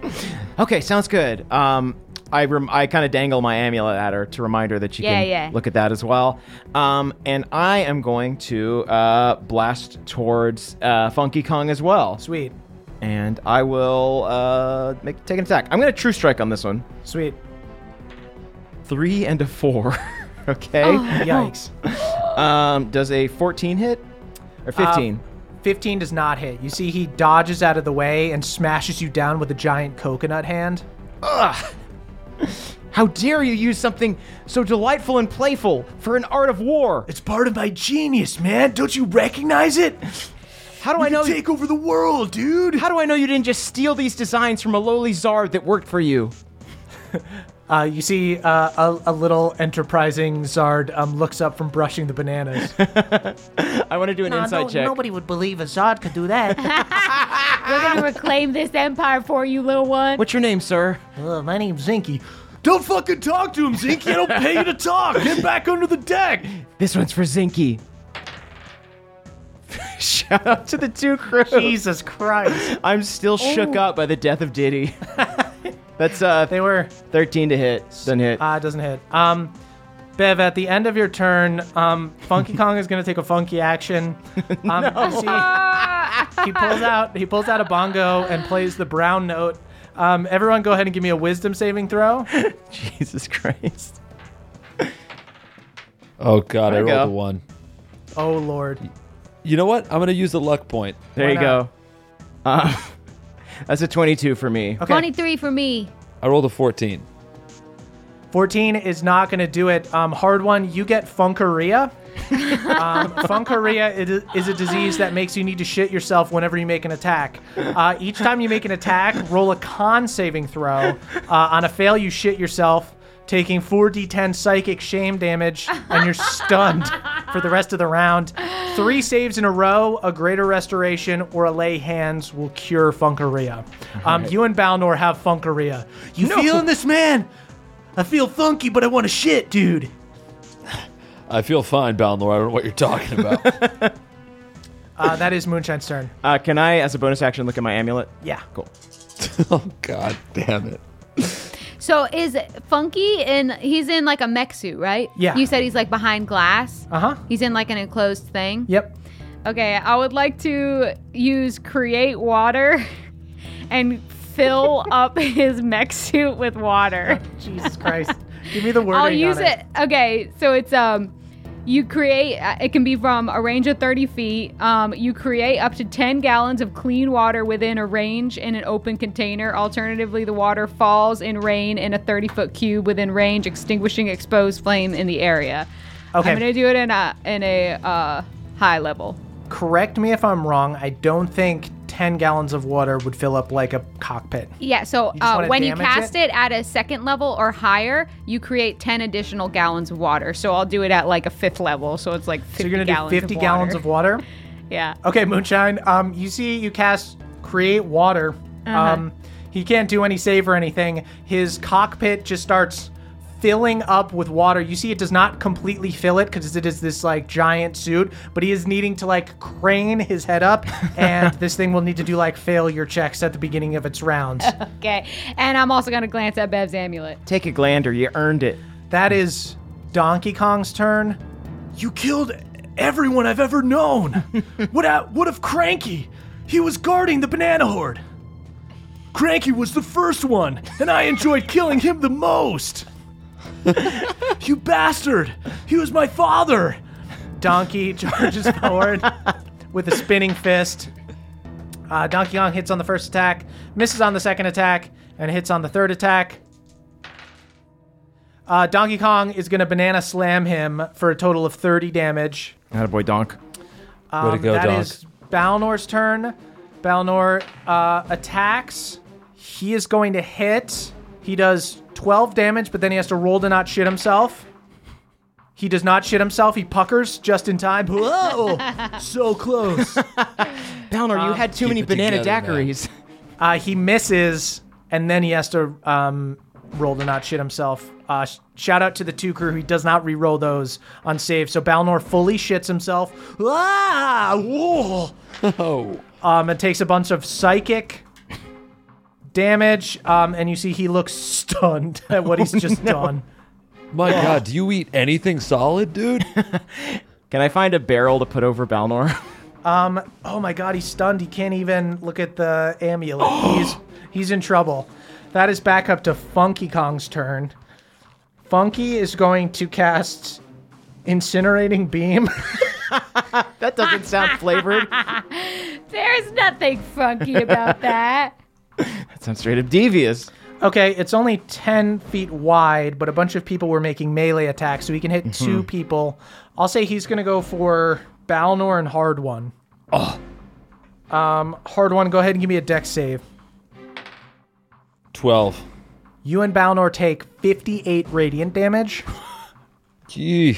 G: Okay, sounds good. Um, I rem- I kind of dangle my amulet at her to remind her that she
E: Yeah,
G: can
E: yeah.
G: look at that as well. Um, and I am going to uh, blast towards uh, Funky Kong as well,
B: Sweet.
G: and I will uh, make take an attack. I'm going to True Strike on this one.
B: Sweet.
G: Three and a four. okay.
E: Oh.
B: Yikes.
G: Um, does a 14 hit or 15?
E: Uh,
B: 15 does not hit. You see, he dodges out of the way and smashes you down with a giant coconut hand.
G: How dare you use something so delightful and playful for an art of war?
A: It's part of my genius, man. Don't you recognize it?
G: How do I
A: I
G: know?
A: take over the world, dude.
G: How do I know you didn't just steal these designs from a lowly czar that worked for you?
B: Uh, you see, uh, a, a little enterprising Zard um, looks up from brushing the bananas.
G: I want to do an insight check.
B: would believe a Zard could do that.
E: We're gonna reclaim this empire for you, little one.
G: What's your name, sir?
B: my name's Zinky.
A: Don't fucking talk to him, Zinky. I don't pay you to talk. Get back under the deck.
G: This one's for Zinky. Shout out to the two crew.
B: Jesus Christ.
G: I'm still
B: Oh.
G: shook up by the death of Diddy. That's uh
B: They were.
G: 13 to hit. Doesn't hit.
B: Ah, it doesn't hit. Um, Bev, at the end of your turn, um, Funky Kong is gonna take a funky action. Um, you see, he pulls out he pulls out a bongo and plays the brown note. Um, everyone, go ahead and give me a wisdom saving throw.
G: Jesus Christ.
D: Oh, God, I
G: There you
D: rolled
G: go.
D: a one.
B: Oh Lord,
D: You know what? I'm going to use the luck point.
G: There
B: Why
G: you
B: not?
G: go. Uh, that's a 22 for me.
B: Okay.
I: 23 for me.
D: I rolled a 14.
B: fourteen is not gonna do it. Um, hard one, you get funkaria. um, funkaria is, is a disease that makes you need to shit yourself whenever you make an attack. Uh, each time you make an attack, roll a con saving throw. Uh, on a fail, you shit yourself, taking 4d10 psychic shame damage, and you're stunned for the rest of the round. Three saves in a row, a greater restoration, or a lay hands will cure funkaria. Um, You and Balnor have funkaria. You feeling this, man? I feel funky, but I want to shit, dude.
D: I feel fine, Balnor. I don't know what you're talking about.
B: Uh, that is Moonshine's turn.
G: Uh, can I, as a bonus action, look at my amulet?
B: Yeah.
G: Cool.
D: oh, God damn it.
I: So is Funky in? He's in like a mech suit, right?
B: Yeah.
I: You said he's like behind glass.
B: Uh huh.
I: He's in like an enclosed thing.
B: Yep.
I: Okay, I would like to use create water and fill up his mech suit with water.
B: Jesus Christ. Give me the wording.
I: I'll use
B: on
I: it. Okay, so it's um you create uh, it can be from a range of 30 feet um, you create up to 10 gallons of clean water within a range in an open container alternatively the water falls in rain in a 30 foot cube within range extinguishing exposed flame in the area
B: Okay.
I: i'm gonna do it in a in a uh, high level
B: Correct me if I'm wrong. I don't think 10 gallons of water would fill up like a cockpit.
I: Yeah, so
B: You just
I: uh,
B: wanna
I: when you
B: damage
I: cast it? at a second level or higher, you create 10 additional gallons of water. So I'll do it at like a fifth level. So it's like 50
B: So you're going to do
I: gallons,
B: 50
I: of
B: gallons
I: water.
B: of water.
I: Yeah.
B: Okay, Moonshine. Um, you see, you cast create water. Um, he can't do any save or anything. His cockpit just starts filling up with water. You see, it does not completely fill it because it is this like giant suit, but he is needing to like crane his head up, and this thing will need to do like failure checks at the beginning of its rounds.
I: Okay. And I'm also going to glance at Bev's amulet.
G: Take a glander. You earned it.
B: That is Donkey Kong's turn.
A: You killed everyone I've ever known. what, a- what of Cranky? He was guarding the banana horde. Cranky was the first one, and I enjoyed killing him the most. you bastard! He was my father.
B: Donkey charges forward with a spinning fist. Uh, Donkey Kong hits on the first attack, misses on the second attack, and hits on the third attack. Uh, Donkey Kong is going to banana slam him for a total of 30 damage.
G: boy, Donk.
B: Um,
D: to go,
B: that
D: Doc.
B: is Balnor's turn. Balnor uh, attacks. He is going to hit. He does 12 damage, but then he has to roll to not shit himself. He does not shit himself. He puckers just in time. Whoa! so close.
G: Balnor, you had too many
D: it
G: banana
D: together, man.
G: daiquiris.
B: Uh, he misses, and then he has to um, roll to not shit himself. Uh, sh- shout out to the two crew. He does not re-roll those on save. So Balnor fully shits himself. Ah, whoa. Um, and takes a bunch of psychic damage. Um, and you see he looks stunned at what he's just done.
D: My God, do you eat anything solid, dude?
G: Can I find a barrel to put over Balnor?
B: Oh my god, he's stunned. He can't even look at the amulet. he's he's in trouble. That is back up to Funky Kong's turn. Funky is going to cast incinerating beam.
G: that doesn't sound flavored. That
E: There's nothing funky about that.
G: sounds straight up devious.
B: okay, it's only 10 feet wide, but a bunch of people were making melee attacks, so he can hit two people. I'll say he's going to go for Balnor and Hard One. Oh. Um, Hard One, go ahead and give me a deck save.
D: 12.
B: You and Balnor take 58 radiant damage.
D: Gee.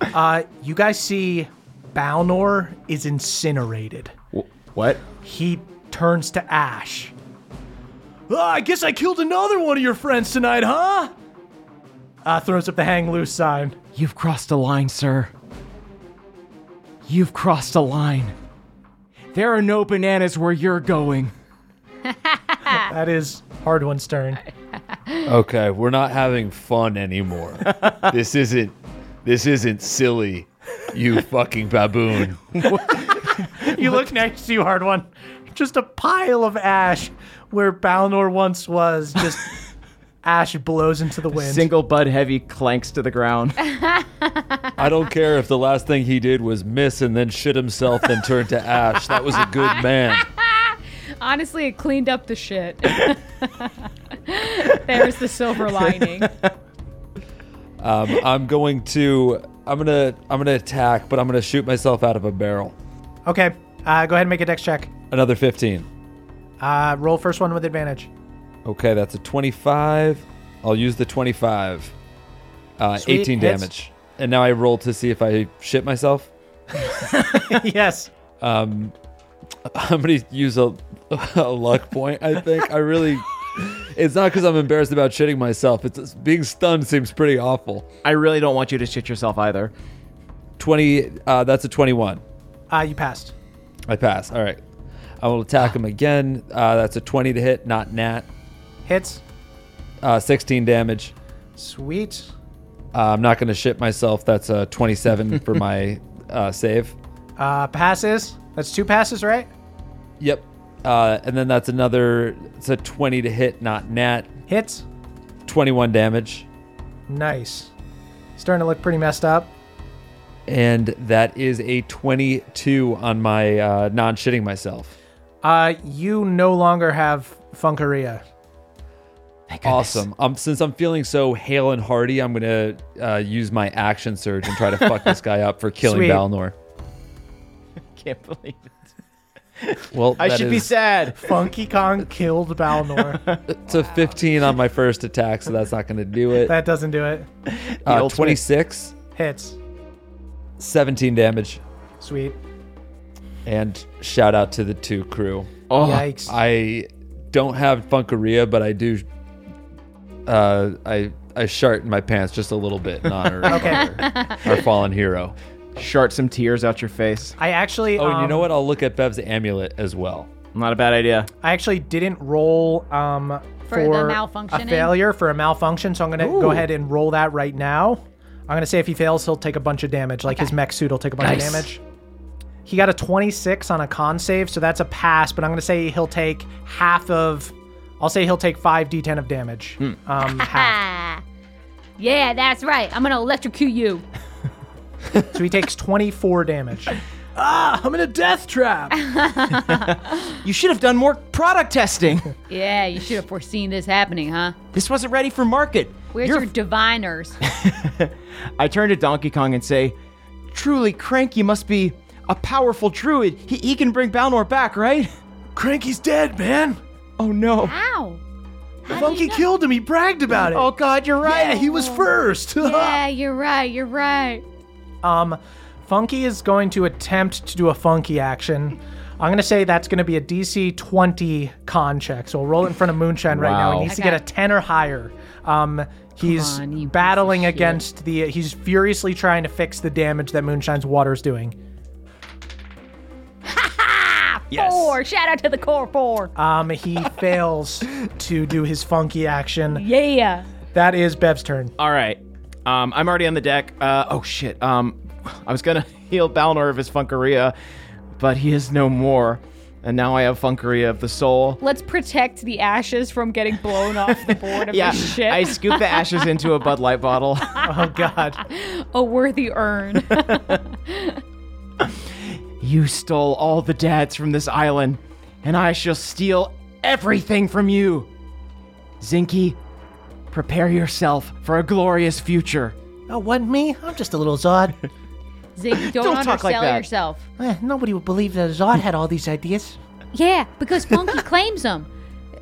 B: Uh, you guys see Balnor is incinerated.
G: What?
B: He turns to ash.
A: Ah, I guess I killed another one of your friends tonight, huh?
B: Uh, throws up the hang loose sign.
G: You've crossed a line, sir. You've crossed a line. There are no bananas where you're going.
B: That is hard one's turn.
D: Okay, we're not having fun anymore. this isn't this isn't silly, you fucking baboon.
B: You look next to you, hard one. Just a pile of ash where Balnor once was. Just ash blows into the wind.
G: Single bud heavy clanks to the ground.
D: I don't care if the last thing he did was miss and then shit himself then turned to ash. That was a good man.
I: Honestly, it cleaned up the shit. There's the silver lining.
D: Um, I'm going to I'm gonna I'm gonna attack, but I'm gonna shoot myself out of a barrel.
B: okay, uh, go ahead and make a dex check.
D: Another 15.
B: Uh, roll first one with advantage.
D: Okay, that's a 25. I'll use the 25. Uh,
B: Sweet,
D: 18
B: hits.
D: damage. And now I roll to see if I shit myself.
B: yes.
D: I'm going to use a, a luck point, I think. I really. It's not because I'm embarrassed about shitting myself. It's it's- being stunned seems pretty awful.
G: I really don't want you to shit yourself either.
D: 20. Uh, that's a 21.
B: Uh, you passed.
D: I pass. All right. I will attack him again. Uh, that's a 20 to hit, not nat.
B: Hits.
D: Uh, 16 damage.
B: Sweet.
D: Uh, I'm not going to shit myself. That's a 27 for my uh, save.
B: Uh, passes. That's two passes, right?
D: Yep. Uh, and then that's another. It's a twenty to hit, not nat.
B: Hits.
D: Twenty-one damage,
B: Nice. Starting to look pretty messed up.
D: and that is a twenty-two on my uh, non-shitting myself.
B: Uh, you no longer have Funkaria.
D: Awesome. Um, since I'm feeling so hale and hearty, I'm gonna uh, use my action surge and try to fuck this guy up for killing
B: Sweet.
D: Balnor.
G: Can't believe it.
D: Well,
G: I
D: that
G: should be
D: is-
G: sad.
B: Funky Kong killed Balnor.
D: It's a fifteen on my first attack, so that's not gonna do it.
B: that doesn't do it.
D: Uh,
G: ultimate-
D: Twenty-six,
B: Hits.
D: 17 damage,
B: Sweet.
D: and shout out to the two crew.
B: Yikes.
D: I don't have Funkaria, but I do. Uh, I I shart in my pants just a little bit in honor of
B: Okay.
D: our, our fallen hero.
G: Shart some tears out your face.
B: I actually.
D: Oh, and you
B: um,
D: know what? I'll look at Bev's amulet as well.
G: Not a bad idea.
B: I actually didn't roll um,
I: For the
B: for a
I: malfunctioning?
B: failure for a malfunction, so I'm gonna go ahead and roll that right now. I'm gonna say if he fails, he'll take a bunch of damage. Like his mech suit will take a bunch of damage. He got a 26 on a con save, so that's a pass. But I'm gonna say he'll take half of. I'll say he'll take five d10 of damage.
D: Hmm.
B: Um, half.
E: Ah. Yeah, that's right. I'm gonna electrocute you.
B: So he takes 24 damage.
A: Ah, I'm in a death trap.
G: You should have done more product testing.
E: Yeah, you should have foreseen this happening, huh?
G: this wasn't ready for market.
E: Where's
G: You're-
E: your diviners?
G: I turn to Donkey Kong and say, Truly, Cranky must be
K: a powerful druid. He, he can bring Balnor back, right?
A: Cranky's dead, man.
K: Oh no.
E: Ow. How do
A: Funky
E: you know?
A: killed him. He bragged about it.
K: Oh god, you're right.
A: yeah, he was first.
E: Yeah, you're right. You're right.
B: Um, Funky is going to attempt to do a funky action. I'm going to say that's going to be a DC 20 con check. So we'll roll it in front of Moonshine right now. He needs to
E: Okay.
B: get a 10 or higher. Um, he's
E: on, you piece of
B: battling
E: shit.
B: against the. He's furiously trying to fix the damage that Moonshine's water is doing.
E: Four. Shout out to the core four.
B: Um, he fails to do his funky action.
E: yeah.
B: That is Bev's turn.
G: All right. Um, I'm already on the deck. Uh, oh shit. Um, I was gonna heal Balnor of his Funkaria, but he is no more, and now I have Funkaria of the Soul.
E: Let's protect the ashes from getting blown off the board of
G: Yeah,
E: this shit.
G: I scoop the ashes into a Bud Light bottle.
B: Oh, God.
E: a worthy urn.
G: You stole all the dads from this island, and I shall steal everything from you. Zinky, prepare yourself for a glorious future.
B: Oh, what, me? I'm just a little Zod.
E: Ziggy, don't,
G: Don't
E: undersell
G: talk like that.
E: yourself.
B: Eh, nobody would believe that Zod had all these ideas.
E: Yeah, because Funky claims them.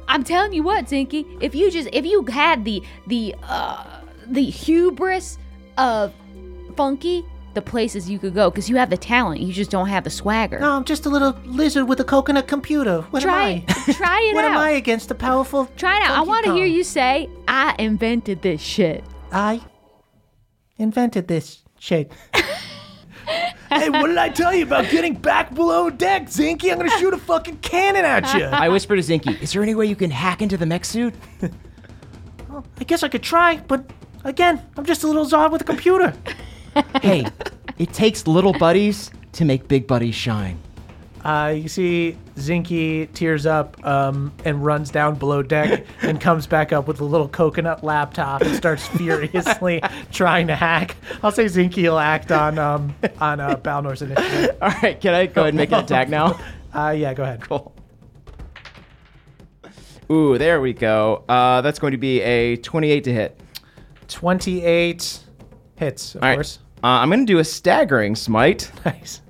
E: I'm telling you what, Zinky, if you just if you had the the uh the hubris of Funky, the places you could go because you have the talent, you just don't have the swagger.
B: No, I'm just a little lizard with a coconut computer. What
E: try
B: am I?
E: it, try it
B: what
E: out.
B: am I against the powerful?
E: Try it out. I
B: Funky
E: want to hear
B: Kong?
E: you say, "I invented this shit."
B: I invented this shit.
A: hey, what did I tell you about getting back below deck, Zinky? I'm gonna shoot a fucking cannon at you.
K: I whisper to Zinky, is there any way you can hack into the mech suit?
B: I guess I could try, but again, I'm just a little Zod with a computer.
K: hey, it takes little buddies to make big buddies shine.
B: Uh, you see Zinky tears up um, and runs down below deck and comes back up with a little coconut laptop and starts furiously trying to hack. I'll say Zinky will act on um, on uh, Balnor's initiative.
G: All right, can I go ahead and make an attack now?
B: Uh, yeah, go ahead.
G: Cool. Ooh, there we go. Uh, that's going to be a 28 to hit.
B: 28 hits, of
G: All right.
B: course.
G: Uh, I'm going to do a staggering smite.
B: Nice.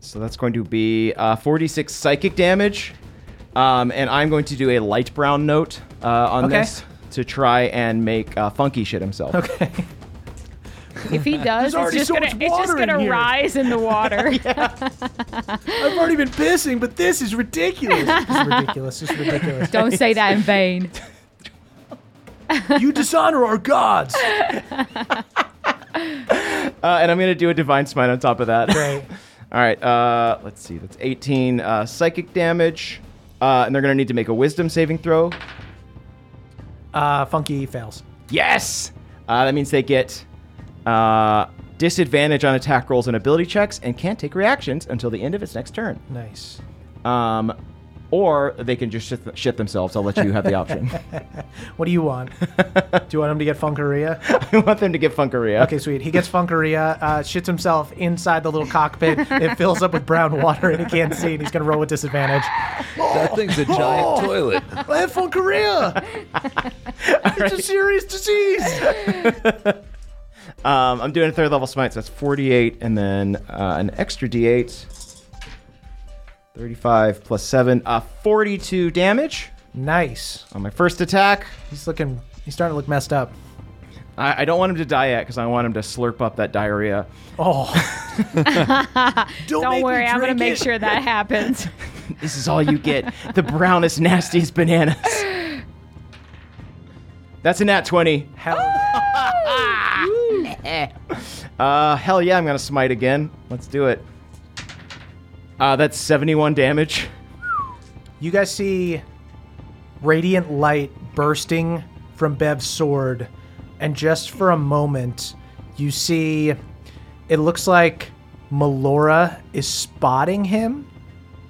G: So that's going to be uh, 46 psychic damage. Um, and I'm going to do a light brown note uh, on
B: Okay.
G: this to try and make uh, funky shit himself.
B: Okay.
E: If he does, it's
A: already
E: just
A: so
E: gonna
A: much
E: it's just
A: water in
E: gonna
A: here.
E: rise in the water.
A: I've already been pissing, but this is ridiculous.
B: This is ridiculous. This is ridiculous.
E: Don't say that in vain.
A: you dishonor our gods.
G: Uh, and I'm going to do a divine smite on top of that.
B: Great.
G: All right. Uh, let's see. That's 18 uh, psychic damage. Uh, and they're going to need to make a wisdom saving throw.
B: Uh, Funky fails.
G: Yes! Uh, that means they get uh, disadvantage on attack rolls and ability checks and can't take reactions until the end of its next turn.
B: Nice.
G: Um, or they can just shit, shit themselves. I'll let you have the option.
B: What do you want? do you want him to get Funkaria?
G: I want them to get Funkaria.
B: Okay, sweet. He gets Funkaria, uh, shits himself inside the little cockpit. It fills up with brown water and he can't see, and he's going to roll with disadvantage.
C: That thing's a giant toilet.
A: I have Funkaria. it's a serious disease.
G: Um, I'm doing a third level smite, so that's 48, and then uh, an extra d8. 35 plus 7, uh, 42 damage
B: Nice.
G: on my first attack.
B: He's looking, he's starting to look messed up.
G: I, I don't want him to die yet because I want him to slurp up that diarrhea.
B: Oh,
A: Don't,
E: Don't
A: make
E: worry,
A: me
E: I'm gonna
A: drink
E: make
A: it.
E: sure that happens.
G: This is all you get the brownest, nastiest bananas. That's a nat 20.
B: hell.
G: Uh, hell yeah, I'm gonna smite again. Let's do it. Uh, that's 71 damage.
B: You guys see radiant light bursting from Bev's sword, and just for a moment, you see it looks like Melora is spotting him,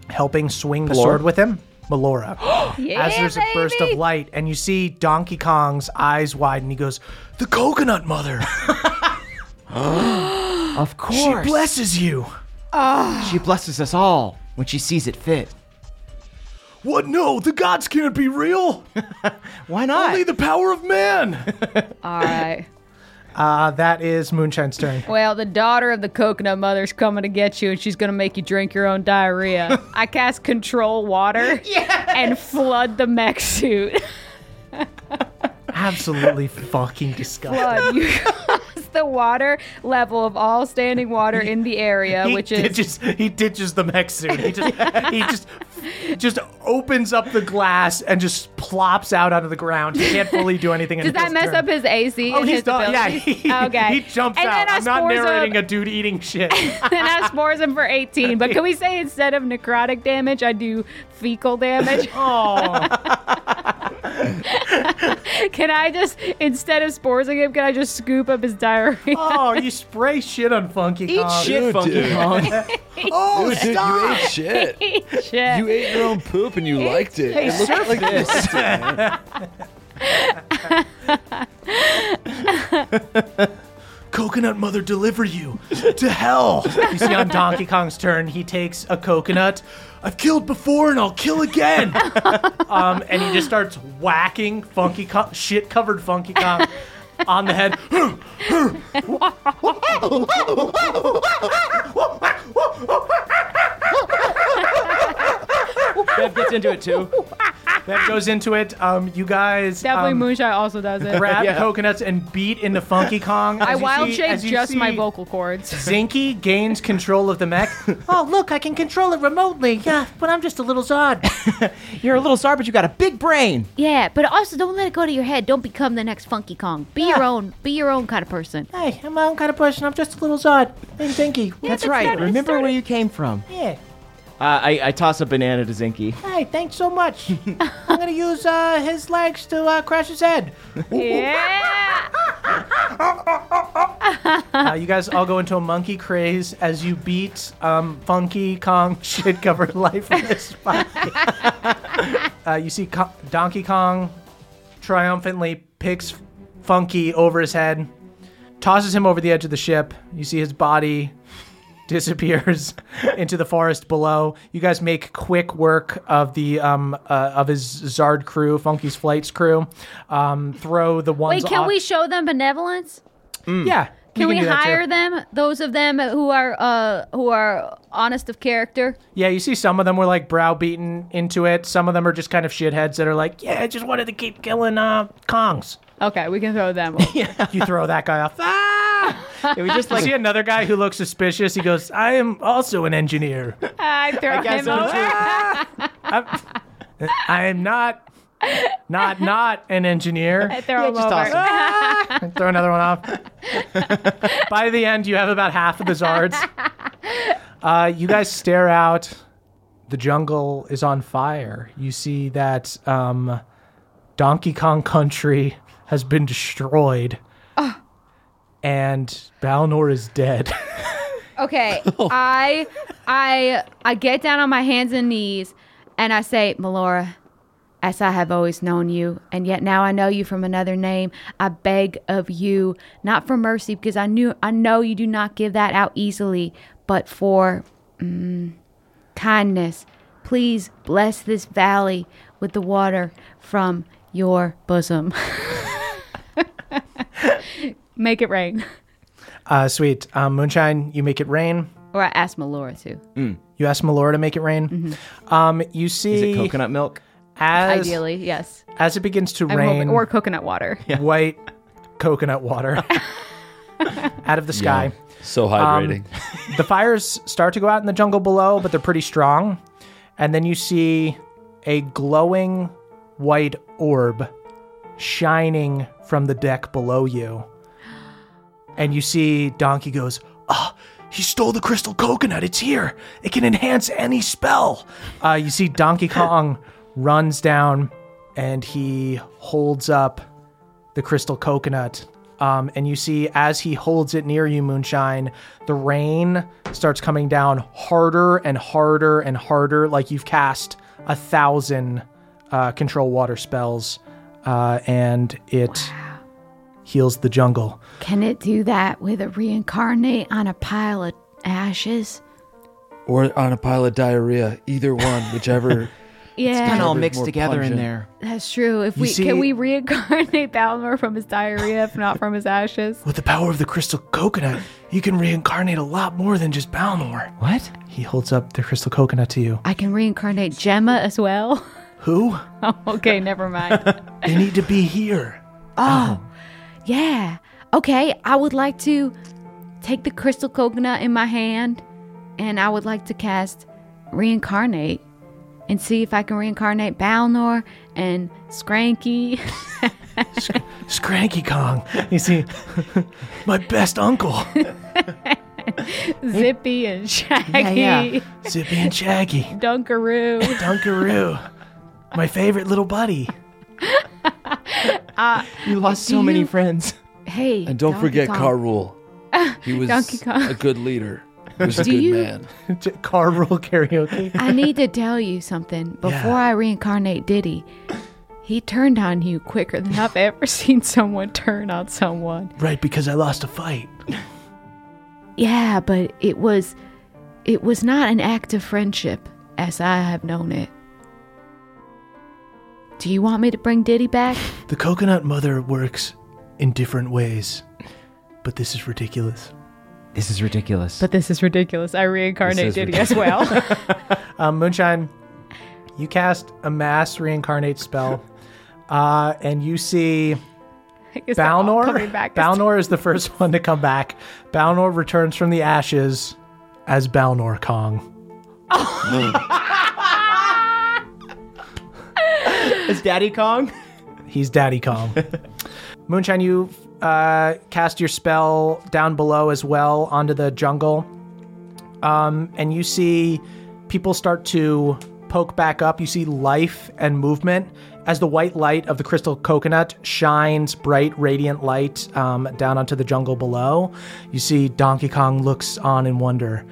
B: helping swing the
G: Melora?
B: sword with him. Melora.
E: yeah,
B: As there's a burst of
E: baby!
B: light, and you see Donkey Kong's eyes widen, he goes,
A: The coconut mother.
K: Of
A: She
K: course.
A: blesses you.
K: she blesses us all when she sees it fit.
A: What? No, the gods can't be real.
K: Why not?
A: Only the power of man.
E: All right.
B: Uh, that is Moonshine's turn.
E: Well, the daughter of the coconut mother's coming to get you, and she's gonna make you drink your own diarrhea. I cast control water and flood the mech suit.
B: Absolutely fucking disgusting.
E: Flood you cause the water level of all standing water in the area,
B: He
E: which is
B: ditches, he ditches the mech suit. He just he just just opens up the glass and just plops out onto the ground. He can't fully do anything.
E: Does that mess up his AC?
B: Oh,
E: and
B: he's
E: his
B: done. Yeah,
E: abilities?
B: he,
E: okay.
B: he jumps
E: and
B: out.
E: Then I
B: I'm not
E: spores
B: narrating
E: him,
B: a dude eating shit.
E: then I spores him for 18. But can we say instead of necrotic damage, I do fecal damage?
B: oh,
E: Can I just, instead of sporsing him, can I just scoop up his diarrhea?
B: oh, you spray shit on Funky
A: Eat
B: Kong.
A: shit, Funky Kong. Oh,
D: Dude, dude, you ate shit.
E: Shit.
D: You ate your own poop and you liked it. It looked like this.
A: Coconut mother deliver you to hell.
B: You see, on Donkey Kong's turn, he takes a coconut,
A: I've killed before and I'll kill again.
B: um, and he just starts whacking Funky Kong, shit-covered Funky Kong, on the head.
F: Bev gets into it too.
B: That goes into it. Um, you guys
E: Definitely
B: um,
E: Moonshine also does it.
B: grab
F: Yeah.
B: coconuts and beat into Funky Kong.
E: I
B: As you
E: wild
B: see-
E: shape
B: as you
E: just my
B: see,
E: vocal cords.
B: Zinky gains control of the mech. oh, look, I can control it remotely. Yeah, but I'm just a little Zod.
G: You're a little star, but you got a big brain.
I: Yeah, but also don't let it go to your head. Don't become the next Funky Kong. Be your own. Be your own kind of person.
B: Hey, I'm my own kind of person. I'm just a little Zod. I'm Zinky.
G: That's right. Remember where you came from.
B: Yeah.
F: Uh, I, I toss a banana to Zinky.
B: Hey, thanks so much. I'm gonna use uh, his legs to uh, crash his head.
E: Yeah.
B: Uh, you guys all go into a monkey craze as you beat um, Funky Kong shit covered lifeless. monkey. uh, you see Co- Donkey Kong triumphantly picks Funky over his head, tosses him over the edge of the ship. You see his body disappears into the forest below. You guys make quick work of the um, uh, of his Zard crew, Funky's flights crew. Um, throw the ones.
I: Wait, can
B: off- Hmm.
I: we show them benevolence?
B: Yeah. you
I: Can we
B: do that too.
I: hire them? Those of them who are uh who are honest of character.
B: Yeah, you see some of them were like browbeaten into it. Some of them are just kind of shitheads that are like, yeah, I just wanted to keep killing uh, Kongs.
E: Okay, we can throw them.
B: You throw that guy off. Ah! It was just like, you see another guy who looks suspicious. He goes, I am also an engineer.
E: I throw him over.
B: uh, I am not, not, not an engineer.
E: I throw him over.
B: Throw another one off. By the end, you have about half of the Zards. Uh, you guys stare out. The jungle is on fire. You see that um, Donkey Kong Country has been destroyed.
E: Oh.
B: And Balnor is dead.
E: Okay, I, I, I get down on my hands and knees, and I say, Melora, as I have always known you, and yet now I know you from another name. I beg of you, not for mercy, because I knew, I know you do not give that out easily, but for mm, kindness. Please bless this valley with the water from your bosom. Make it rain.
B: Uh, sweet. Um, Moonshine, you make it rain.
E: Or I ask Melora to,
B: You ask Melora to make it rain. Um, you see,
F: Is it coconut milk?
B: as,
E: Mm-hmm. ideally, yes.
B: as it begins to
E: I'm
B: rain.
E: hoping, or coconut water.
B: white coconut water out of the sky.
D: So hydrating.
B: The fires start to go out in the jungle below, but they're pretty strong. And then you see a glowing white orb shining from the deck below you. And you see Donkey goes, Ah,
A: He stole the crystal coconut. It's here. It can enhance any spell.
B: Uh, you see Donkey Kong runs down and he holds up the crystal coconut. Um, and you see as he holds it near you, Moonshine, the rain starts coming down harder and harder and harder, like you've cast a thousand uh, control water spells. Uh, and it heals the jungle.
I: Can it do that with a reincarnate on a pile of ashes?
D: or on a pile of diarrhea. Either one, whichever
E: Yeah,
G: kind of all
D: Whatever's
G: mixed
D: more
G: together in
D: pungent.
G: there.
E: that's true. If
A: You
E: we
A: see-
E: can we reincarnate Balmer from his diarrhea, if not from his ashes.
A: With the power of the crystal coconut, you can reincarnate a lot more than just Balnor.
G: What?
A: He holds up the crystal coconut to you.
E: I can reincarnate Gemma as well.
A: Who?
E: Oh, okay, never mind.
A: They need to be here.
E: yeah. Okay, I would like to take the crystal coconut in my hand and I would like to cast reincarnate and see if I can reincarnate Balnor and Scranky.
A: Scranky Kong. You see, my best uncle,
E: Zippy and Shaggy,
A: Zippy and Shaggy,
E: Dunkaroo.
A: Dunkaroo, my favorite little buddy.
G: You lost so
E: Uh, Do
G: many
E: you-
G: friends.
E: Hey,
D: And don't
E: Donkey
D: forget
E: Kong.
D: Car Rule. He was
E: Donkey Kong.
D: a good leader. He was a
E: Do
D: good
E: you-
D: man.
A: Car roll karaoke.
E: I need to tell you something. Before
A: Yeah.
E: I reincarnate Diddy, he turned on you quicker than I've ever seen someone turn on someone.
A: Right, because I lost a fight.
E: Yeah, but it was it was not an act of friendship as I have known it. Do you want me to bring Diddy back?
A: The coconut mother works in different ways, but this is ridiculous.
G: This is ridiculous.
E: But this is ridiculous. I reincarnate
D: This is
E: Diddy as well.
B: Um, Moonshine, you cast a mass reincarnate spell, uh, and you see
E: Is that all coming
B: Balnor.
E: back is-
B: Balnor is the first one to come back. Balnor returns from the ashes as Balnor Kong.
F: Is Daddy Kong?
B: He's Daddy Kong. Moonshine, you uh, cast your spell down below as well onto the jungle, um, and you see people start to poke back up. You see life and movement as the white light of the crystal coconut shines bright, radiant light um, down onto the jungle below. You see Donkey Kong looks on in wonder.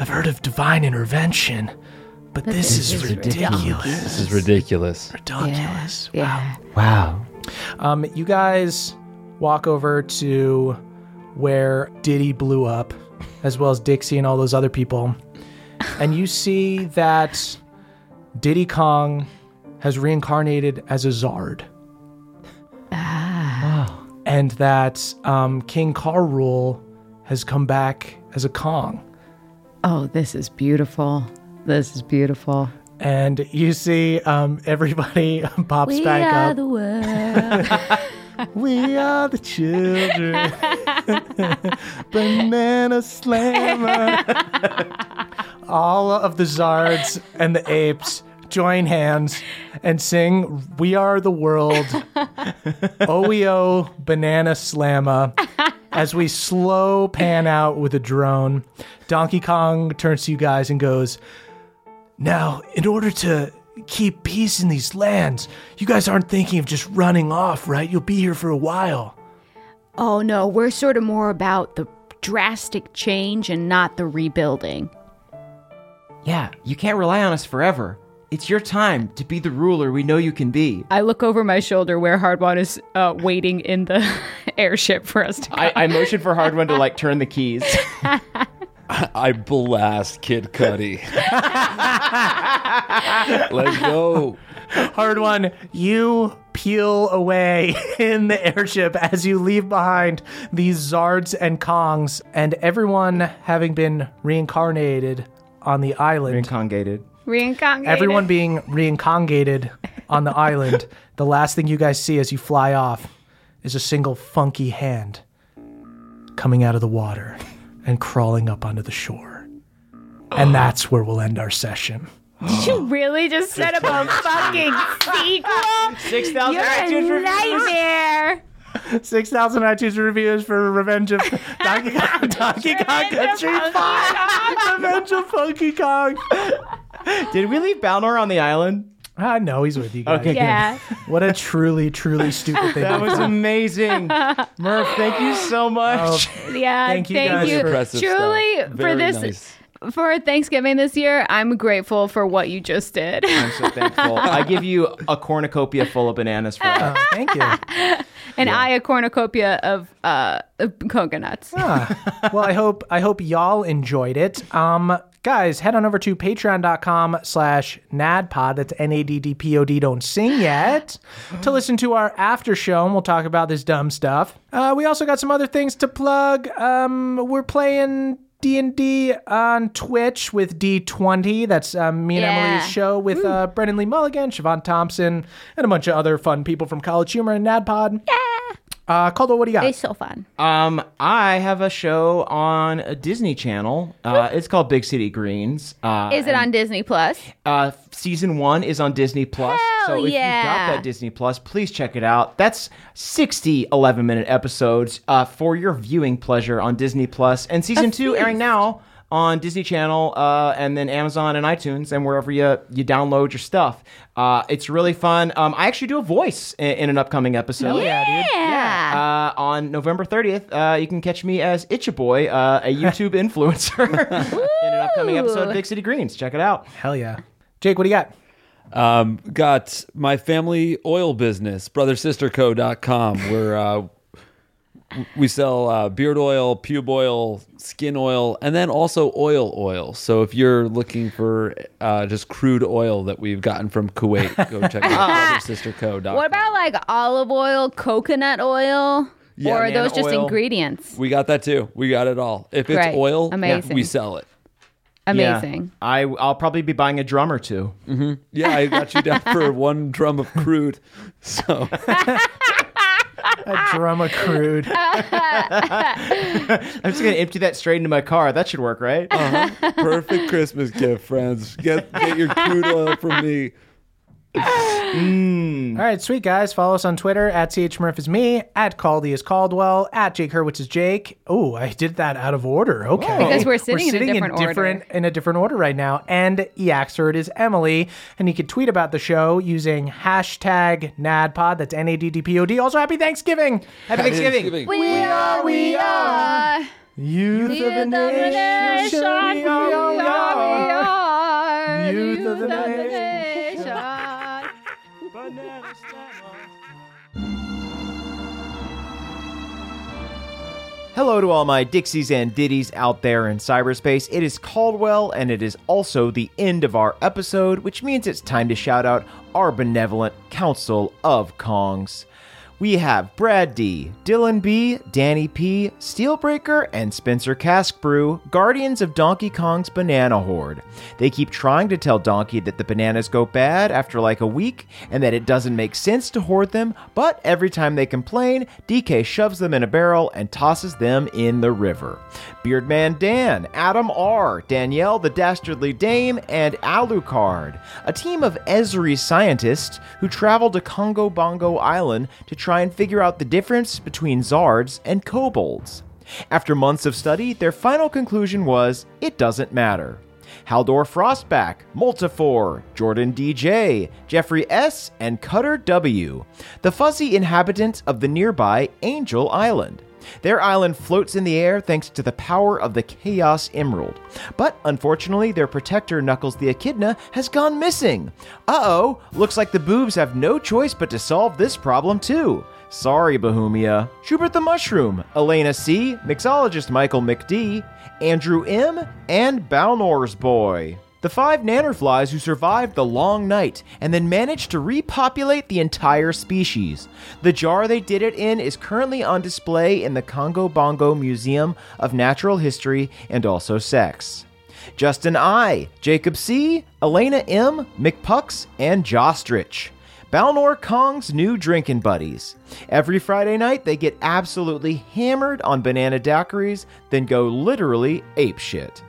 A: I've heard of divine intervention, but this,
E: this
A: is,
E: is
A: ridiculous.
D: This is ridiculous.
A: Ridiculous.
E: Yeah.
G: wow.
B: Um, you guys walk over to where Diddy blew up, as well as Dixie and all those other people, and you see that Diddy Kong has reincarnated as a Zard.
E: Ah.
B: And that um, King Car Rule has come back as a Kong.
E: Oh, this is beautiful. This is beautiful.
B: And you see um, everybody pops
E: We
B: back
E: are
B: up.
E: the world.
B: We are the children. Banana slammer. All of the Zards and the apes join hands and sing We Are the World OEO Banana Slamma as we slow pan out with a drone. Donkey Kong turns to you guys and goes,
A: Now, in order to keep peace in these lands, you guys aren't thinking of just running off, right? You'll be here for a while.
E: Oh no, we're sort of more about the drastic change and not the rebuilding.
G: Yeah, you can't rely on us forever. It's your time to be the ruler we know you can be.
E: I look over my shoulder where Hardwon is uh, waiting in the airship for us to.
F: I, I motioned for Hardwin to like turn the keys.
D: I blast Kid Cudi. Let's go.
B: Hard one. You peel away in the airship as you leave behind these Zards and Kongs, and everyone having been reincarnated on the island.
F: Congated.
E: Reincarnate.
B: Everyone being reincarnated on the island. The last thing you guys see as you fly off is a single funky hand coming out of the water and crawling up onto the shore. And that's where we'll end our session.
E: Did you really just set up a fucking sequel? Six thousand. You're a nightmare.
B: 6,000 iTunes reviews for Revenge of Donkey Kong, Donkey Kong Country 5. Revenge of Funky Kong.
F: Did we leave Balnor on the island?
B: I know he's with you guys.
F: Okay.
E: Yeah.
B: What a truly, truly stupid thing.
F: That
B: to
F: was
B: do.
F: amazing. Murph, thank you Oh, so much.
E: Yeah.
B: Uh, Thank you guys for-
D: Impressive
E: Truly,
D: stuff.
E: for
D: Very
E: this
D: nice.
E: for Thanksgiving this year, I'm grateful for what you just did.
F: I'm so thankful. I give you a cornucopia full of bananas for that.
B: Uh, thank you.
E: and I a cornucopia of uh of coconuts.
B: well, I hope I hope y'all enjoyed it. Um, guys, head on over to patreon.com slash nadpod. That's N-A-D-D-P-O-D. Don't sing yet. to listen to our after show, and we'll talk about this dumb stuff. Uh, we also got some other things to plug. Um, we're playing D&D on Twitch with D20. That's um, me and
E: Yeah.
B: Emily's show with uh, Brendan Lee Mulligan, Siobhan Thompson, and a bunch of other fun people from College Humor and NADPOD. Yeah. Uh, Caldwell, what do you got?
E: It's so fun.
C: Um, I have a show on a Disney Channel. Uh, it's called Big City Greens. Uh,
E: Is it on Disney Plus?
C: uh, season one is on Disney Plus.
E: Hell
C: so if you
E: yeah.
C: got that Disney Plus, please check it out. That's 60 11 minute episodes uh, for your viewing pleasure on Disney Plus. And season two airing now on Disney Channel uh, and then Amazon and iTunes and wherever you, you download your stuff. Uh, it's really fun. Um, I actually do a voice in, in an upcoming episode.
B: yeah, dude.
E: Yeah.
C: Uh, on November 30th, uh, you can catch me as Itcha Boy, uh, a YouTube influencer, in an upcoming episode of Big City Greens. Check it out.
B: Hell yeah. Jake, what do you got?
D: Um, got my family oil business, brothersisterco.com, where uh, we sell uh, beard oil, pube oil, skin oil, and then also oil oil. So if you're looking for uh, just crude oil that we've gotten from Kuwait, go check out brothersisterco.com.
E: What about like olive oil, coconut oil,
D: Yeah,
E: or are
D: banana
E: those just
D: oil.
E: ingredients?
D: We got that too. We got it all. If it's
E: Great.
D: oil,
E: Amazing.
D: we sell it.
E: Amazing.
C: Yeah. I I'll probably be buying a drum or two.
D: Yeah, I got you down for one drum of crude. So uh-huh.
B: A drum of crude.
C: I'm just gonna empty that straight into my car. That should work, right?
D: Oh. perfect Christmas gift, friends. Get get your crude oil from me.
B: All right, sweet guys. Follow us on Twitter at chmurph is me, at Caldy is Caldwell, at Jake Hurwitz is Jake. Oh, I did that out of order. Okay,
E: Because we're sitting in a different order.
B: in a different order right now. And Eaxford is Emily, and you can tweet about the show using hashtag NADPod. That's N A D D P O D. Also, happy Thanksgiving. Happy
D: Thanksgiving.
E: We are, we are.
B: Youth of the nation. we are, we are. Youth of the nation.
E: nation.
C: Hello to all my Dixies and Ditties out there in cyberspace. It is Caldwell, and it is also the end of our episode, which means it's time to shout out our benevolent Council of Kongs. We have Brad D, Dylan B, Danny P, Steelbreaker, and Spencer Cask Brew, guardians of Donkey Kong's banana horde. They keep trying to tell Donkey that the bananas go bad after like a week and that it doesn't make sense to hoard them, but every time they complain, DK shoves them in a barrel and tosses them in the river. Beardman Dan, Adam R, Danielle the Dastardly Dame, and Alucard, a team of Esri scientists who travel to Congo Bongo Island to try and figure out the difference between Zards and kobolds. After months of study, their final conclusion was it doesn't matter. Haldor Frostback, Multifor, Jordan DJ, Jeffrey S., and Cutter W., the fuzzy inhabitants of the nearby Angel Island. Their island floats in the air thanks to the power of the Chaos Emerald. But unfortunately, their protector, Knuckles the Echidna, has gone missing. Uh oh, looks like the boobs have no choice but to solve this problem too. Sorry, Bohemia. Schubert the Mushroom, Elena C., Mixologist Michael McD., Andrew M., and Balnor's Boy. The five nannerflies who survived the long night and then managed to repopulate the entire species. The jar they did it in is currently on display in the Congo Bongo Museum of Natural History and also Sex. Justin I, Jacob C, Elena M, McPucks, and Jostrich. Balnor Kong's new drinking buddies. Every Friday night, they get absolutely hammered on banana daiquiris, then go literally apeshit.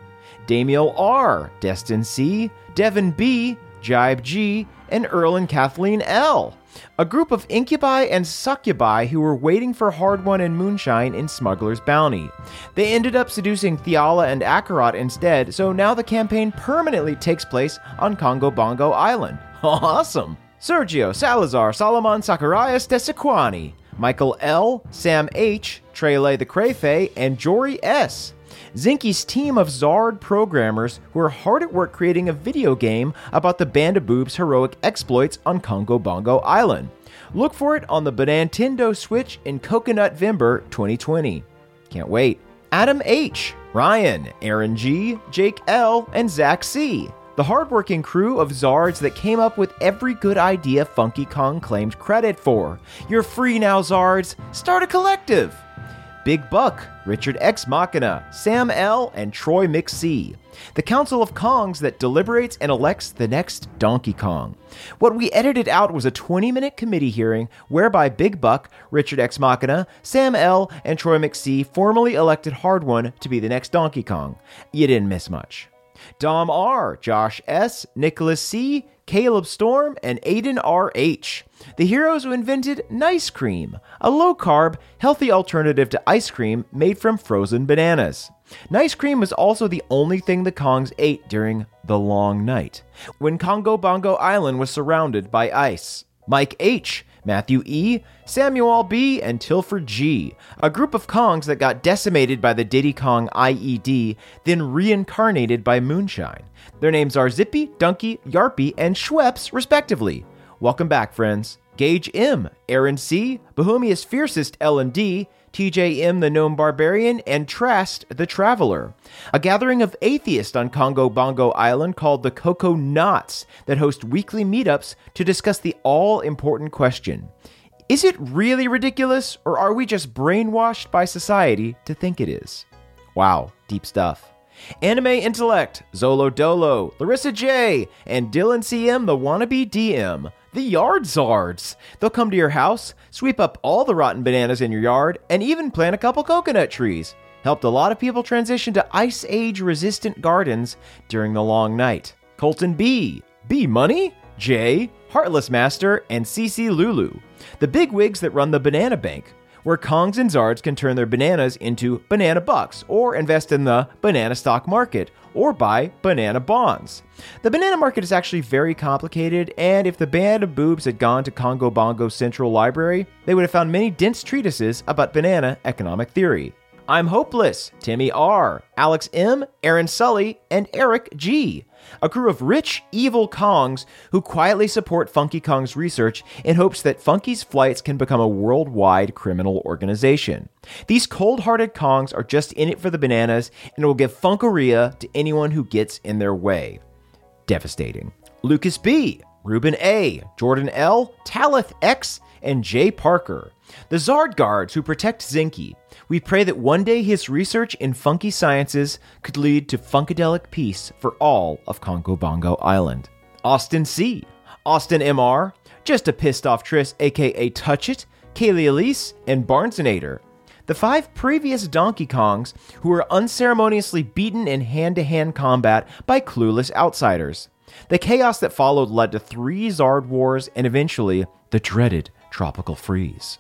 C: Damiel R, Destin C, Devin B, Jibe G, and Earl and Kathleen L. A group of incubi and succubi who were waiting for Hard One and Moonshine in Smuggler's Bounty. They ended up seducing Theala and Akarot instead, so now the campaign permanently takes place on Congo Bongo Island. Awesome! Sergio, Salazar, Solomon, Zacharias, Desequani, Michael L., Sam H., Trele the Crayfay, and Jory S. Zinky's team of Zard programmers who are hard at work creating a video game about the Band of Boobs' heroic exploits on Congo Bongo Island. Look for it on the Banantindo Switch in Coconut Vember 2020. Can't wait. Adam H., Ryan, Aaron G., Jake L., and Zach C., the hardworking crew of Zards that came up with every good idea Funky Kong claimed credit for. You're free now, Zards. Start a collective. Big Buck, Richard X Machina, Sam L., and Troy McSee. The Council of Kongs that deliberates and elects the next Donkey Kong. What we edited out was a 20 minute committee hearing whereby Big Buck, Richard X Machina, Sam L., and Troy McSee formally elected Hard One to be the next Donkey Kong. You didn't miss much. Dom R, Josh S, Nicholas C, Caleb Storm, and Aiden RH. The heroes who invented Nice Cream, a low carb, healthy alternative to ice cream made from frozen bananas. Nice Cream was also the only thing the Kongs ate during the long night, when Congo Bongo Island was surrounded by ice. Mike H, Matthew E, Samuel B, and Tilford G, a group of Kongs that got decimated by the Diddy Kong IED, then reincarnated by moonshine. Their names are Zippy, Dunky, Yarpy, and Schweppes, respectively. Welcome back, friends. Gage M, Aaron C, Bohemia's fiercest L and D, TJM the Gnome Barbarian, and Trast the Traveler. A gathering of atheists on Congo Bongo Island called the Coco Knots that host weekly meetups to discuss the all important question Is it really ridiculous, or are we just brainwashed by society to think it is? Wow, deep stuff. Anime Intellect, Zolo Dolo, Larissa J, and Dylan CM, the wannabe DM. The Yard Zards. They'll come to your house, sweep up all the rotten bananas in your yard, and even plant a couple coconut trees. Helped a lot of people transition to Ice Age resistant gardens during the long night. Colton B, B Money, J, Heartless Master, and CC Lulu. The bigwigs that run the Banana Bank where Kongs and Zards can turn their bananas into banana bucks or invest in the banana stock market or buy banana bonds. The banana market is actually very complicated, and if the band of boobs had gone to Congo Bongo Central Library, they would have found many dense treatises about banana economic theory. I'm Hopeless, Timmy R, Alex M, Aaron Sully, and Eric G. A crew of rich, evil Kongs who quietly support Funky Kong's research in hopes that Funky's flights can become a worldwide criminal organization. These cold hearted Kongs are just in it for the bananas and will give Funkoria to anyone who gets in their way. Devastating. Lucas B, Ruben A, Jordan L, Talith X, and Jay Parker. The Zard guards who protect Zinke. We pray that one day his research in funky sciences could lead to funkadelic peace for all of Congo Bongo Island. Austin C, Austin MR, just a pissed off Triss, aka Touch It, Kaylee Elise, and Barnesonator. The five previous Donkey Kongs who were unceremoniously beaten in hand to hand combat by clueless outsiders. The chaos that followed led to three Zard wars and eventually the dreaded tropical freeze.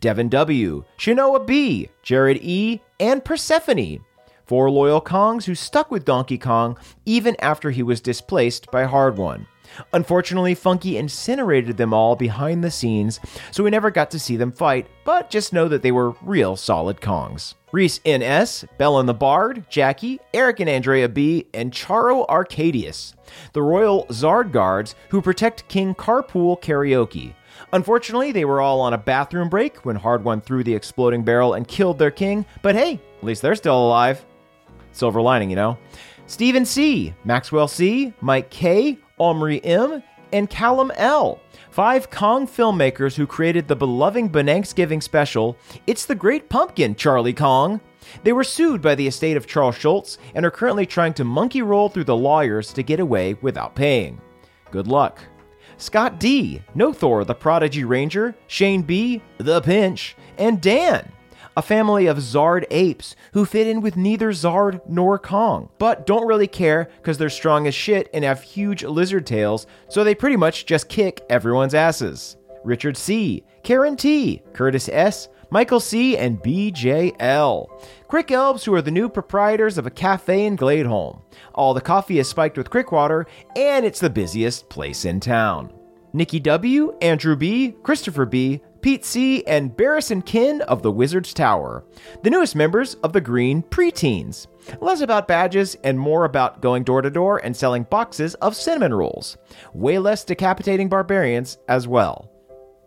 C: Devin W., Shinoa B., Jared E., and Persephone. Four loyal Kongs who stuck with Donkey Kong even after he was displaced by Hard One. Unfortunately, Funky incinerated them all behind the scenes, so we never got to see them fight, but just know that they were real solid Kongs. Reese NS, Bell and the Bard, Jackie, Eric and Andrea B, and Charo Arcadius, the Royal Zard Guards who protect King Carpool Karaoke. Unfortunately, they were all on a bathroom break when Hard One threw the exploding barrel and killed their king, but hey, at least they're still alive. Silver lining, you know. Stephen C., Maxwell C., Mike K., Omri M., and Callum L. Five Kong filmmakers who created the beloved Banksgiving special, It's the Great Pumpkin, Charlie Kong. They were sued by the estate of Charles Schultz and are currently trying to monkey roll through the lawyers to get away without paying. Good luck. Scott D, Nothor the Prodigy Ranger, Shane B, The Pinch, and Dan, a family of Zard apes who fit in with neither Zard nor Kong, but don't really care because they're strong as shit and have huge lizard tails, so they pretty much just kick everyone's asses. Richard C, Karen T, Curtis S, Michael C, and BJL. Crick Elves, who are the new proprietors of a cafe in Gladeholm. All the coffee is spiked with crick water, and it's the busiest place in town. Nikki W., Andrew B., Christopher B., Pete C., and Barrison Kin of the Wizard's Tower, the newest members of the Green Preteens. Less about badges and more about going door to door and selling boxes of cinnamon rolls. Way less decapitating barbarians as well.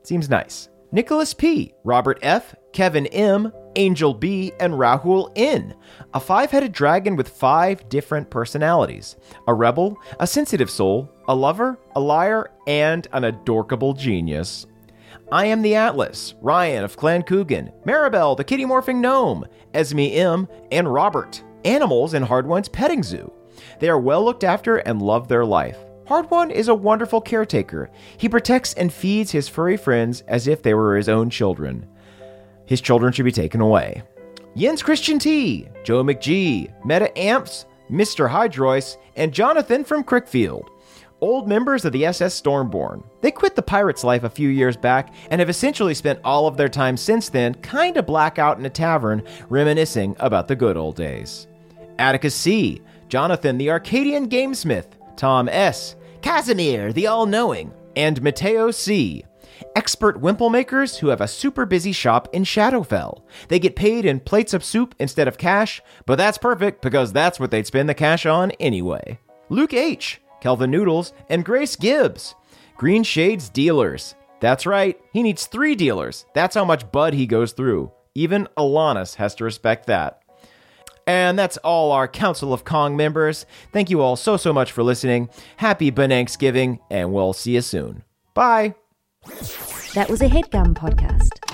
C: Seems nice. Nicholas P., Robert F., Kevin M., Angel B, and Rahul N, a five headed dragon with five different personalities a rebel, a sensitive soul, a lover, a liar, and an adorkable genius. I am the Atlas, Ryan of Clan Coogan, Maribel the kitty morphing gnome, Esme M, and Robert, animals in Hard One's petting zoo. They are well looked after and love their life. Hard One is a wonderful caretaker. He protects and feeds his furry friends as if they were his own children. His children should be taken away. Jens Christian T, Joe McGee, Meta Amps, Mr. Hydroice, and Jonathan from Crickfield old members of the SS Stormborn. They quit the pirate's life a few years back and have essentially spent all of their time since then kind of blackout in a tavern, reminiscing about the good old days. Atticus C., Jonathan the Arcadian Gamesmith, Tom S., Casimir the All Knowing, and Mateo C. Expert wimple makers who have a super busy shop in Shadowfell. They get paid in plates of soup instead of cash, but that's perfect because that's what they'd spend the cash on anyway. Luke H., Kelvin Noodles, and Grace Gibbs. Green Shades dealers. That's right, he needs three dealers. That's how much bud he goes through. Even Alanis has to respect that. And that's all our Council of Kong members. Thank you all so, so much for listening. Happy Thanksgiving, and we'll see you soon. Bye.
L: That was a headgum podcast.